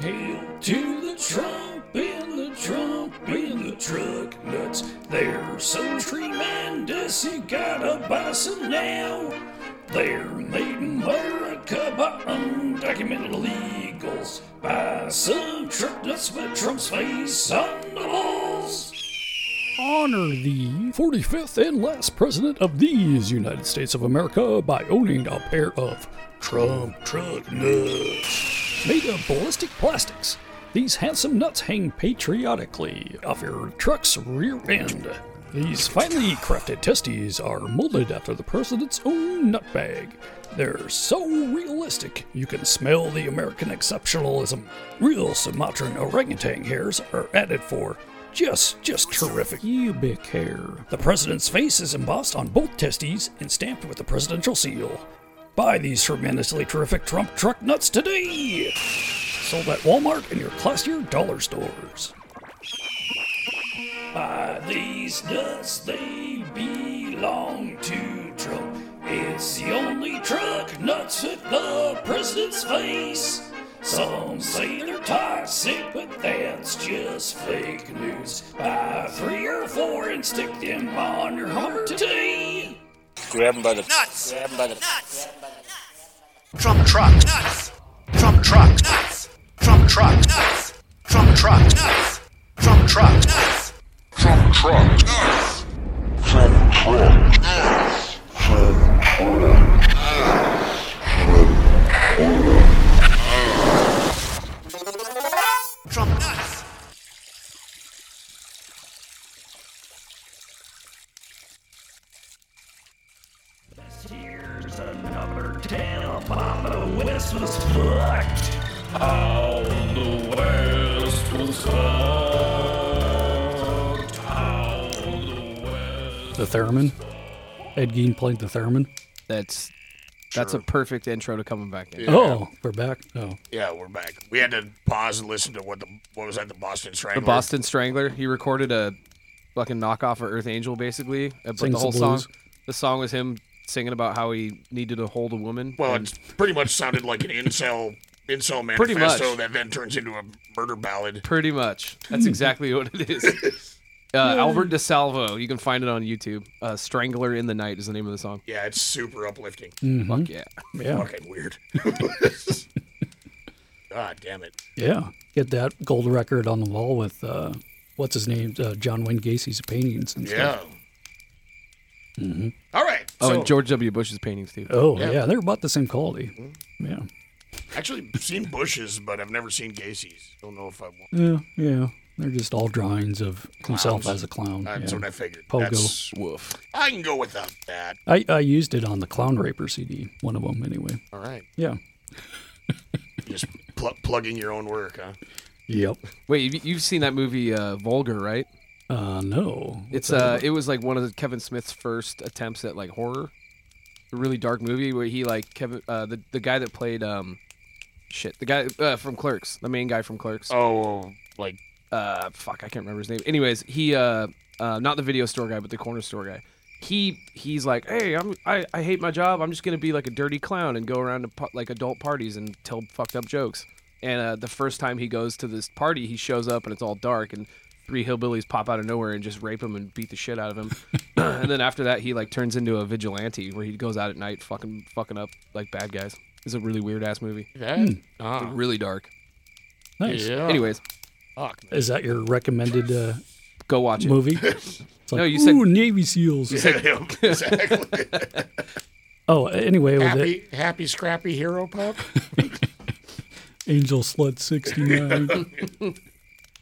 Hail to the Trump in the Trump in the truck nuts. They're so tremendous, you gotta buy some now. They're made in America by undocumented illegals. Buy some truck nuts with Trump's face on the walls.
Honor the 45th and last president of these United States of America by owning a pair of Trump truck nuts made of ballistic plastics. These handsome nuts hang patriotically off your truck's rear end. These finely crafted testes are molded after the president's own nut bag. They're so realistic, you can smell the American exceptionalism. Real Sumatran orangutan hairs are added for just, just terrific. Cubic hair. The president's face is embossed on both testes and stamped with the presidential seal. Buy these tremendously terrific Trump truck nuts today! Sold at Walmart and your classier dollar stores. Buy these nuts, they belong to Trump. It's the only truck nuts with the president's face. Some say they're toxic, but that's just fake news. Buy three or four and stick them on your heart today.
Trump truck nuts. Trump truck nuts. Trump truck nuts. Trump truck nuts. Trump truck nuts. Trump truck nuts. Trump truck nuts. Trump truck
Trump nuts.
Here's another tale about the West was fucked. How the West was fucked. How the West.
The theremin? Ed Gein played the theremin?
That's that's a perfect intro to coming back in.
Oh, we're back? Oh.
Yeah, we're back. We had to pause and listen to what the what was that the Boston Strangler.
The Boston Strangler. He recorded a fucking knockoff of Earth Angel, basically. uh, But
Sings
the
the
whole song,
blues.
the song was him singing about how he needed to hold a woman.
Well,
and
it's pretty much sounded like an incel incel
Pretty much.
manifesto that then turns into a murder ballad.
pretty much. That's exactly what it is. Uh, Albert DeSalvo. You can find it on YouTube. Uh, Strangler in the Night is the name of the song.
Yeah, it's super uplifting.
Fuck yeah.
Yeah.
Fucking weird. God damn it.
Yeah. Get that gold record on the wall with, uh, what's his name? Uh, John Wayne Gacy's paintings and
Yeah.
stuff.
Mm-hmm. All right.
Oh,
so,
and George W. Bush's paintings too.
Oh, yeah. Mm-hmm. They're about the same quality. Yeah.
actually, seen Bush's, but I've never seen Gacy's. Don't know if I want.
Yeah. Yeah. They're just all drawings of himself as a clown.
That's
yeah.
what I figured.
Pogo.
That's,
Woof.
I can go without that.
I, I used it on the Clown Raper CD, one of them anyway.
All right.
Yeah.
Just pl- plug in your own work, huh?
Yep.
Wait, you've, you've seen that movie uh, Vulgar, right?
Uh, no.
It's uh, it was like one of Kevin Smith's first attempts at like horror, a really dark movie where he like Kevin, uh, the the guy that played um, shit, the guy uh, from Clerks, the main guy from Clerks.
Oh, like
Uh, fuck, I can't remember his name. Anyways, he uh, uh, not the video store guy, but the corner store guy. He he's like, hey, I'm I, I hate my job. I'm just gonna be like a dirty clown and go around to pa- like adult parties and tell fucked up jokes. And uh, the first time he goes to this party, he shows up and it's all dark and three hillbillies pop out of nowhere and just rape him and beat the shit out of him. and then after that, he like turns into a vigilante where he goes out at night fucking fucking up like bad guys. It's a really weird ass movie.
that.
Really dark.
nice.
Anyways,
Fuck, man.
Is that your recommended uh,
go watch it.
movie? It's like,
you said-
Ooh, Navy SEALs.
exactly.
Oh, anyway, with it,
happy, happy, scrappy hero pup.
Angel Slut 69.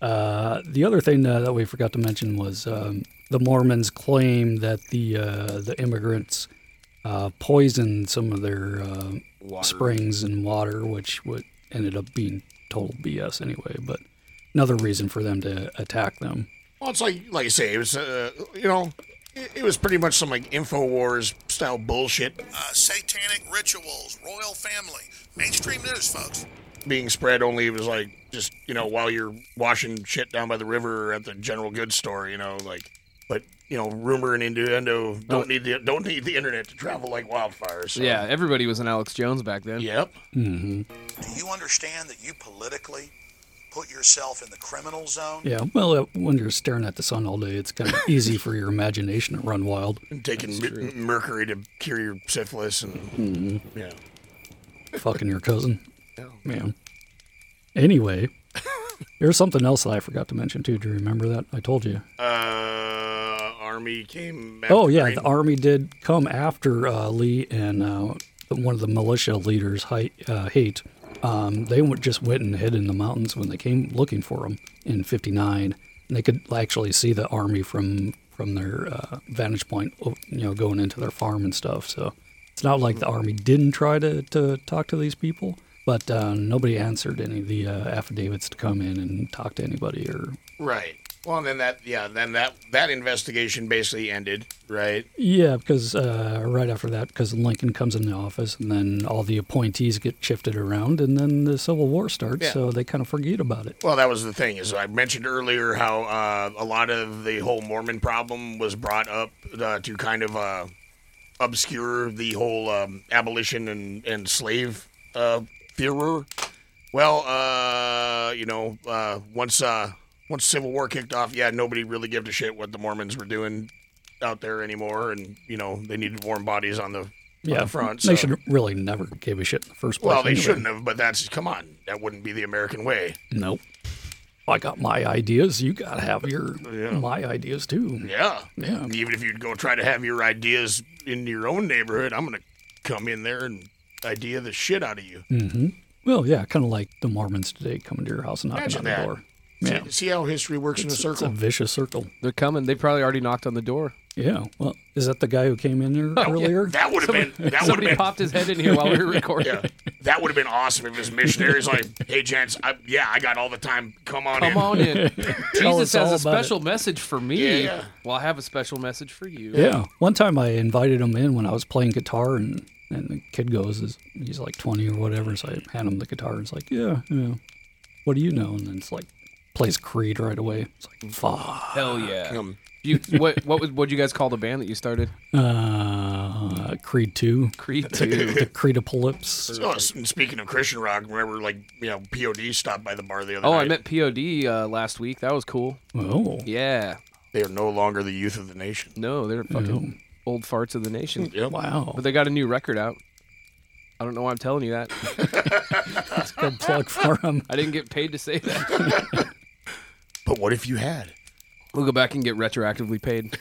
uh, the other thing uh, that we forgot to mention was um, the Mormons claim that the uh, the immigrants uh, poisoned some of their uh, springs and water, which would ended up being total BS anyway. But another reason for them to attack them.
Well, it's like like I say, it was uh, you know, it, it was pretty much some like Infowars style bullshit
Uh, satanic rituals, royal family, mainstream news, folks.
being spread. Only it was like just you know while you're washing shit down by the river or at the general goods store, you know, like. But you know, rumor and innuendo don't need the don't need the internet to travel like wildfire. So.
Yeah, everybody was an Alex Jones back then.
Yep.
Mm-hmm.
Do you understand that you politically put yourself in the criminal zone?
Yeah, well, uh, when you're staring at the sun all day, it's kind of easy for your imagination to run wild.
And taking mer- mercury to cure your syphilis and
Mhm.
yeah.
Fucking your cousin. Man. Anyway, there's something else that I forgot to mention too. Do you remember that? I told you.
Uh, army came.
oh
after
yeah,
Green-
the army did come after uh, Lee and uh, one of the militia leaders, Hi- uh, Haight. Um, they went, just went and hid in the mountains when they came looking for him in '59, and they could actually see the army from from their uh, vantage point, o- you know, going into their farm and stuff. So it's not like the army didn't try to, to talk to these people, but uh, nobody answered any of the uh, affidavits to come in and talk to anybody or
Right. Well, and then that yeah, then that that investigation basically ended, right?
Yeah, because uh, right after that, because Lincoln comes in the office, and then all the appointees get shifted around, and then the Civil War starts,
Yeah.
so they kind of forget about it.
Well, that was the thing is I mentioned earlier how uh, a lot of the whole Mormon problem was brought up uh, to kind of uh, obscure the whole um, abolition and and slave uh, furor. Well, uh, you know, uh, once uh, once Civil War kicked off, yeah, nobody really gave a shit what the Mormons were doing out there anymore, and you know they needed warm bodies on the, on the front.
they
so-
should really never give a shit in the first place.
Well, they
anyway.
shouldn't have, but that's come on. That wouldn't be the American way.
Nope. I got my ideas. You gotta have your
Yeah.
my ideas too.
Yeah.
Yeah.
Even if you'd go try to have your ideas in your own neighborhood, I'm gonna come in there and idea the shit out of you.
Mm,
hmm Well, yeah, kind of like the Mormons today coming to your house and knocking
Imagine
on the
that.
door.
See-
Yeah.
See, how history works
It's,
in a
it's a
circle.
vicious circle.
They're coming. They probably already knocked on the door.
Yeah. Well, is that the guy who came in
Oh,
here earlier?
That would have been that would
Somebody
have been
popped his head in here while we were recording.
yeah, that would have been awesome if his missionaries like, hey gents, I, yeah, I got all the time. Come on
Come
in.
on in.
Tell
Jesus
us all
has a
about it.
special message for me.
Yeah.
Well, I have a special message for you.
Yeah. One time I invited him in when I was playing guitar, and, and the kid goes, is- he's like 20 or whatever. So I hand him the guitar, and it's like, yeah, yeah. What do you know? And then it's like, plays Creed right away. It's like, fuck.
Hell yeah. You what what was what'd you guys call the band that you started?
Uh, Creed 2,
Creed Two.
the Creedapolis.
So, uh, and speaking of Christian rock, remember like you know POD stopped by the bar the other
Oh,
night.
I met POD uh, last week. That was cool.
Oh,
Yeah.
they are no longer the youth of the nation.
No, they're fucking old farts of the nation.
Yep.
wow.
But they got a new record out. I don't know why I'm telling you that.
That's a good plug for him.
I didn't get paid to say that.
But what if you had?
We'll go back and get retroactively paid.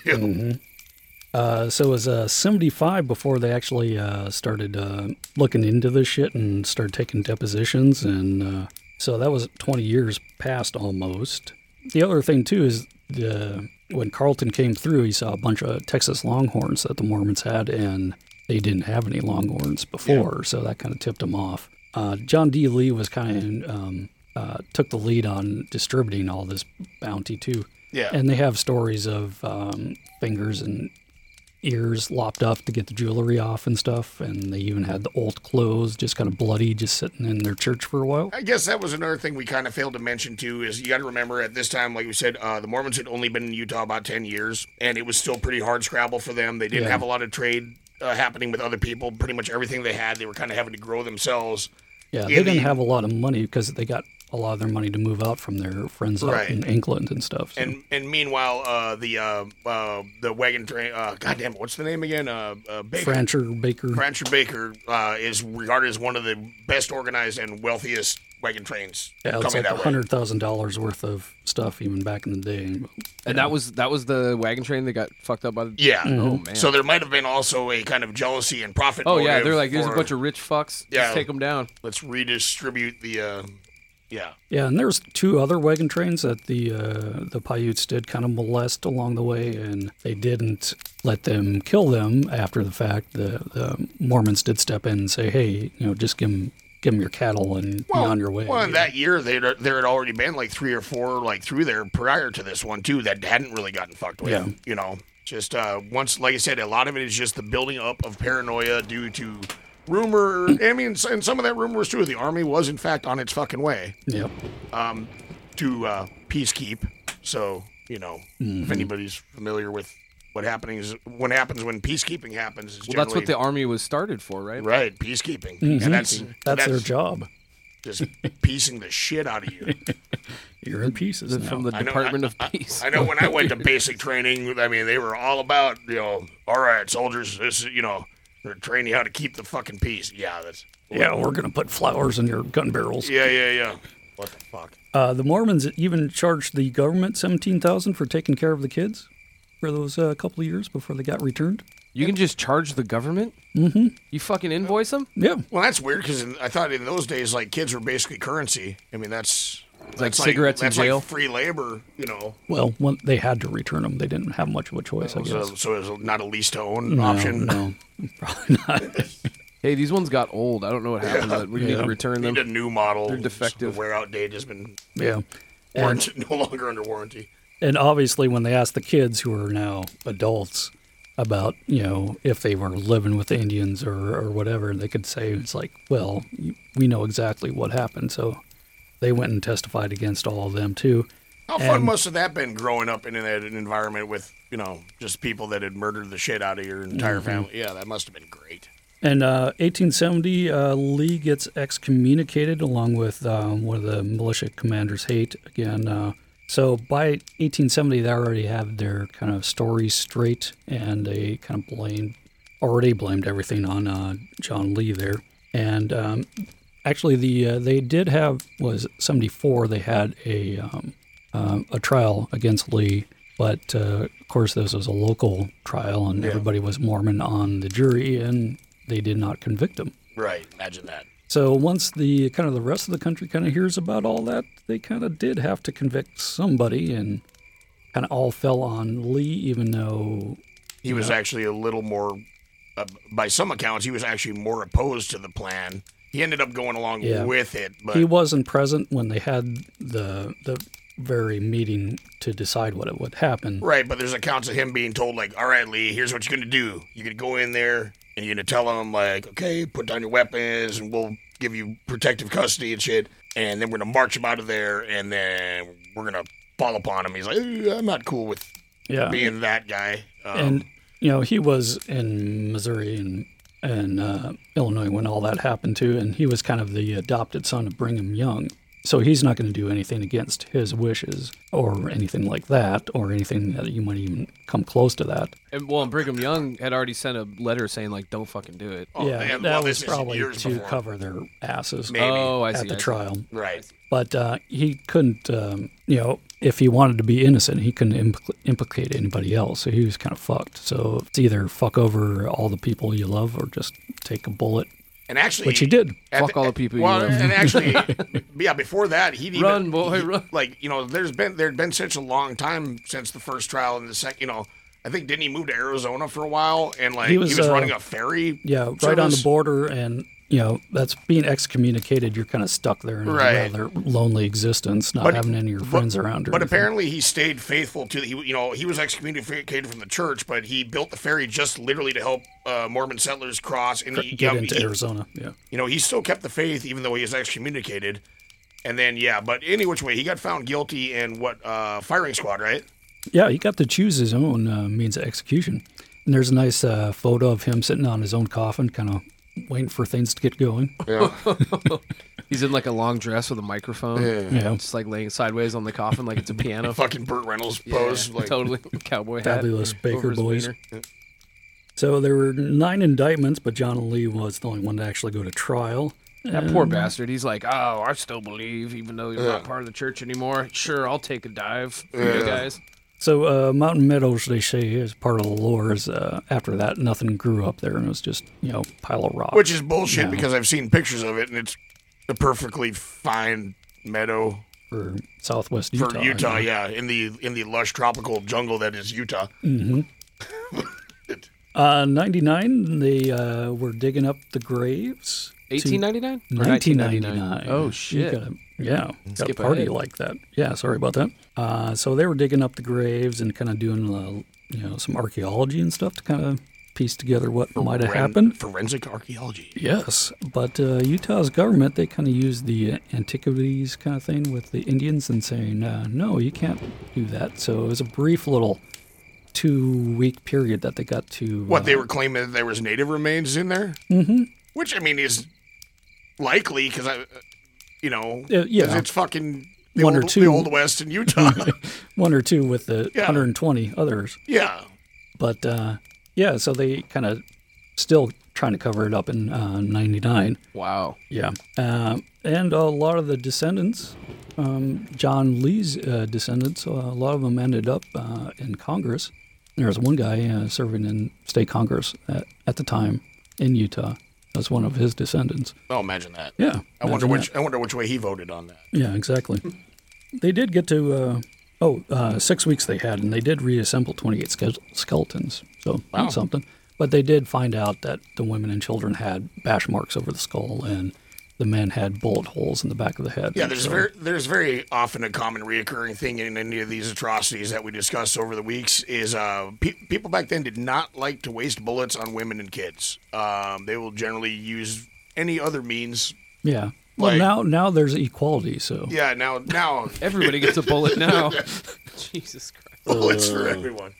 Uh, so it was uh, 75 before they actually uh, started uh, looking into this shit and started taking depositions. And uh, so that was 20 years past almost. The other thing, too, is the, when Carlton came through, he saw a bunch of Texas Longhorns that the Mormons had, and they didn't have any Longhorns before. So that kind of tipped him off. Uh, John D. Lee was kind of um, uh, took the lead on distributing all this bounty, too.
Yeah.
And they have stories of um, fingers and ears lopped off to get the jewelry off and stuff. And they even had the old clothes just kind of bloody, just sitting in their church for a while.
I guess that was another thing we kind of failed to mention too is you got to remember at this time, like we said, uh, the Mormons had only been in Utah about ten years, and it was still pretty hard scrabble for them. They didn't
Yeah.
have a lot of trade uh, happening with other people. Pretty much everything they had, they were kind of having to grow themselves.
Yeah, they
Yeah,
didn't
they-
have a lot of money because they got a lot of their money to move out from their friends out
Right.
in England and stuff. so-
And and meanwhile, uh, the uh, uh, the wagon train, uh, goddamn, what's the name again? Uh, uh, Baker.
Francher, Baker.
Rancher Baker uh, is regarded as one of the best organized and wealthiest wagon trains
yeah, it's
coming
like
that way.
$100,000 worth of stuff even back in the day.
And that was that was the wagon train that got fucked up by the
Yeah.
Oh man.
So there might have been also a kind of jealousy and profit.
Oh yeah,
motive
they're like, there's a
for-
bunch of rich fucks.
Yeah.
Just take them down.
let's redistribute the uh, Yeah.
Yeah, and there's two other wagon trains that the uh, the Paiutes did kind of molest along the way, and they didn't let them kill them after the fact. The, the Mormons did step in and say, "Hey, you know, just give them your cattle and be on your way."
Well, in that year, they there had already been like three or four like through there prior to this one too that hadn't really gotten fucked with.
Yeah.
You know, just uh, once, like I said, a lot of it is just the building up of paranoia due to rumor. I mean, s- and some of that rumor was true. The army was in fact on its fucking way
Yep.
um, to uh, peacekeep. So you know,
Mhm.
Mm-hmm.
if anybody's familiar with what happening is what happens when peacekeeping happens is
Well, that's
generally-
what the army was started for, right?
Right, peacekeeping.
Mhm.
And that's,
That's their job.
Just piecing the shit out of you.
You're in pieces now.
from the
I know-
Department
I-
of Peace.
I know when I went to basic training, I mean, they were all about, you know, all right, soldiers, this is, you know, they're training you how to keep the fucking peace. Yeah, that's.
yeah, we're gonna put flowers in your gun barrels.
Yeah, yeah, yeah. What the fuck?
Uh, the Mormons even charged the government seventeen thousand for taking care of the kids for those uh, couple of years before they got returned.
You can just charge the government.
Mm-hmm.
You fucking invoice them.
Yeah.
Well, that's weird because I thought in those days, like, kids were basically currency. I mean, that's.
It's like cigarettes in
that's
jail.
Like free labor, you know.
Well, when they had to return them. They didn't have much of a choice, I
So,
guess.
so it was not a lease to own
No,
option.
no, probably not.
Hey, these ones got old. I don't know what happened, but we need
Yeah.
to return them.
Need a new model.
They're
It's
defective.
Wear out date has been
Yeah. And,
warranty, no longer under warranty.
and obviously, when they asked the kids who are now adults about, you know, if they were living with Indians or, or whatever, they could say, it's like, well, you- we know exactly what happened. So they went and testified against all of them, too.
How fun
And-
must have that been growing up in that environment with you know just people that had murdered the shit out of your entire
Mhm.
family? Yeah, that must have been great.
And uh, 1870, uh, Lee gets excommunicated along with um, one of the militia commanders, Haight, again. Uh, so by 1870, they already had their kind of story straight, and they kind of blamed, already blamed everything on uh, John Lee there. And um, actually, the uh, they did have was 74. They had a um, um, a trial against Lee, but uh, of course, this was a local trial, and
Yeah.
everybody was Mormon on the jury, and they did not convict him.
Right, imagine that.
So once the kind of the rest of the country kind of hears about all that, they kind of did have to convict somebody, and kind of all fell on Lee, even though
He was actually a little more, uh, by some accounts, he was actually more opposed to the plan. He ended up going along
Yeah.
with it, but
he wasn't present when they had the the very meeting to decide what it would happen.
right. But there's accounts of him being told like, "All right, Lee, here's what you're gonna do. You're gonna go in there and you're gonna tell him like, okay, put down your weapons and we'll give you protective custody and shit, and then we're gonna march him out of there and then we're gonna." Fall upon him. He's like, "Eh, I'm not cool with
Yeah,
being that guy. Um,
and you know he was in Missouri and and uh, Illinois when all that happened too, and he was kind of the adopted son of Brigham Young, so he's not going to do anything against his wishes or anything like that, or anything that you might even come close to that.
And well, and Brigham Young had already sent a letter saying like, "Don't fucking do it."
Oh,
yeah,
man,
that
well,
was
this is
probably
years
to
before.
cover their asses
Maybe.
Oh, I see.
at the
I see.
trial.
right.
But uh, he couldn't, um, you know, if he wanted to be innocent, he couldn't impl- implicate anybody else. So he was kind of fucked. So it's either fuck over all the people you love or just take a bullet,
And actually,
which he did.
at
Fuck all the people you
well,
love.
and actually, yeah. Before that, he'd even,
Run, boy,
he-
run.
Like you know, there's been there'd been such a long time since the first trial and the second. You know, I think didn't he move to Arizona for a while and like
He
he
was,
was,
uh,
running a ferry.
Yeah, right on the
service?
border. And, you know, that's being excommunicated. You're kind of stuck there in
Right.
a rather lonely existence, not
But-
having any of your friends around. Or
But
anything.
apparently, he stayed faithful to the, he. You know, he was excommunicated from the church, but he built the ferry just literally to help uh, Mormon settlers cross. And he,
get
yeah,
into
he-
Arizona. Yeah.
you know, he still kept the faith even though he was excommunicated. And then, yeah, but any which way, he got found guilty in what uh, firing squad, right?
Yeah, he got to choose his own uh, means of execution. And there's a nice uh, photo of him sitting on his own coffin, kind of waiting for things to get going.
He's in like a long dress with a microphone.
Yeah.
Just like laying sideways on the coffin like it's a piano.
Fucking Burt Reynolds
Yeah,
pose, like
totally cowboy hat.
Fabulous
over
Baker
his
Boys.
wiener.
So there were nine indictments, but John Lee was the only one to actually go to trial.
That poor bastard. He's like, oh, I still believe, even though you're not part of the church anymore. Sure, I'll take a dive for you guys.
So uh, Mountain Meadows, they say, is part of the lore. Is uh, after that, nothing grew up there, and it was just you know pile of rocks.
which is bullshit
Yeah.
because I've seen pictures of it and it's a perfectly fine meadow
for Southwest
for
Utah.
Utah.
I know.
yeah, in the in the lush tropical jungle that is Utah.
hmm uh, 99, they uh, were digging up the graves. to-
1899? Or
1999.
Oh,
You
shit.
gotta- yeah, got a
Skip
party
ahead.
like that. Yeah, sorry about that. Uh, so they were digging up the graves and kind of doing uh, you know some archaeology and stuff to kind of piece together what might have
Foren-
happened.
Forensic archaeology.
Yes, but uh, Utah's government they kind of used the uh, antiquities kind of thing with the Indians and saying uh, no, you can't do that. So it was a brief little two-week period that they got to
What
uh,
they were claiming that there was native remains in there,
Mhm.
which I mean is likely because I, uh, you know,
Uh, yeah.
'cause it's fucking the
One or
old, the
two.
old west in Utah.
one or two with the
Yeah.
120 others.
yeah,
But uh, yeah, so they kind of still trying to cover it up in uh, 99.
Wow.
Yeah. Um and a lot of the descendants, um, John Lee's uh, descendants, uh, a lot of them ended up uh, in Congress. There was one guy uh, serving in state Congress at, at the time in Utah. That's one of his descendants.
oh, imagine that.
Yeah,
I wonder
imagine
which I wonder which way he voted on that.
Yeah, exactly. they did get to, uh, oh, uh, six weeks they had, and they did reassemble 28 ske- skeletons. So
Wow.
that's something. But they did find out that the women and children had bash marks over the skull, and the men had bullet holes in the back of the head.
Yeah, there's
So-
very there's very often a common reoccurring thing in any of these atrocities that we discussed over the weeks is uh, pe- people back then did not like to waste bullets on women and kids. Um, they will generally use any other means.
Yeah. Well,
like-
now now there's equality, so
Yeah, now now
Everybody gets a bullet now. Jesus Christ.
bullets
Uh.
for everyone.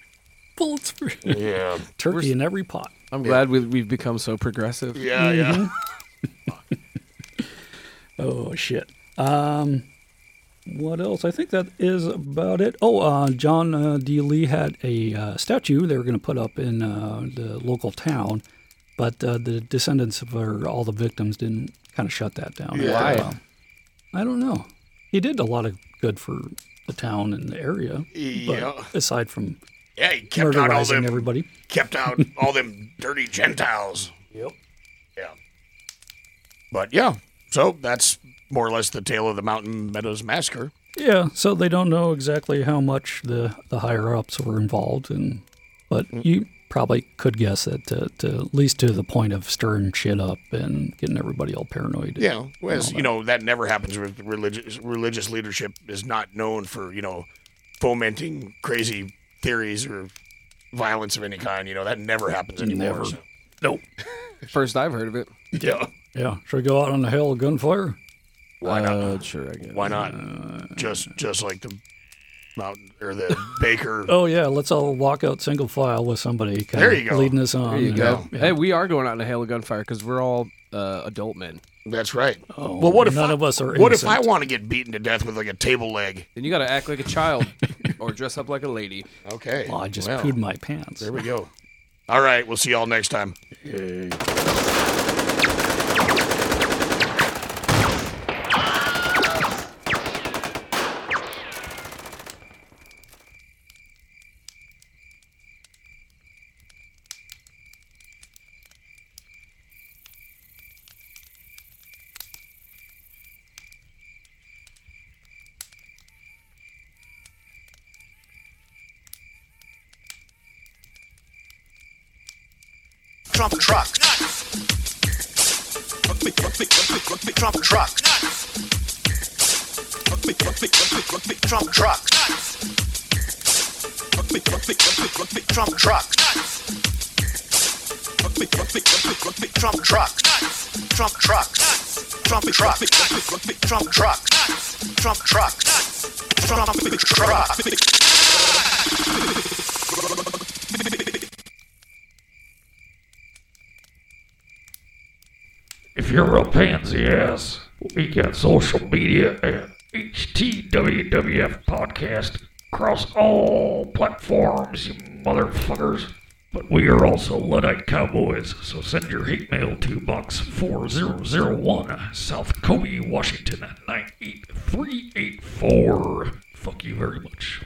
bullets for
Yeah,
turkey in every pot.
I'm glad we, we've become so progressive.
yeah, yeah.
Oh shit. Um, what else? I think that is about it. Oh, uh, John uh, D. Lee had a uh, statue they were going to put up in uh, the local town, but uh, the descendants of or all the victims didn't kind of shut that down.
Why?
Um, I don't know. He did a lot of good for the town and the area. Mm-hmm. but
Yeah.
Aside from
Yeah, he kept out all
murderizing
them
everybody.
kept out all them dirty Gentiles.
Yep.
Yeah. But yeah, so that's more or less the tale of the Mountain Meadows massacre.
Yeah, so they don't know exactly how much the, the higher ups were involved, and but
Mm.
you probably could guess that to, to at least to the point of stirring shit up and getting everybody all paranoid. and-
Yeah, well, as, you know that never happens with religious religious leadership is not known for you know fomenting crazy theories or violence of any kind. You know that never happens anymore.
Never.
so.
Nope.
First I've heard of it.
Yeah,
Yeah. Should we go out on the hill of gunfire?
why not?
Uh, sure, I guess.
Why not? just just like the mountain or the baker.
Oh yeah, let's all walk out single file with somebody kind
There
of
you go.
leading us on.
There you
and-
go.
yeah.
Oh, Hey, we are going out in a hail of gunfire because we're all uh, adult men.
That's right.
Oh,
well, what if
none
I-
of us are
What if I
innocent.
want to get beaten to death with like a table leg?
Then you got to act like a child or dress up like a lady.
Okay.
Oh, I just
Well,
pooed my pants.
There we go. All right, we'll see y'all next time.
Trump truck. Trump truck. Trump truck. Trump truck. Trump truck. Trump truck. Trump truck. Trump truck. Trump truck. Trump truck.
If you're a pansy ass, we got social media at HTWWF Podcast across all platforms, you motherfuckers. But we are also Luddite Cowboys, so send your hate mail to Box 4001, South Kobe, Washington 98384. Fuck you very much.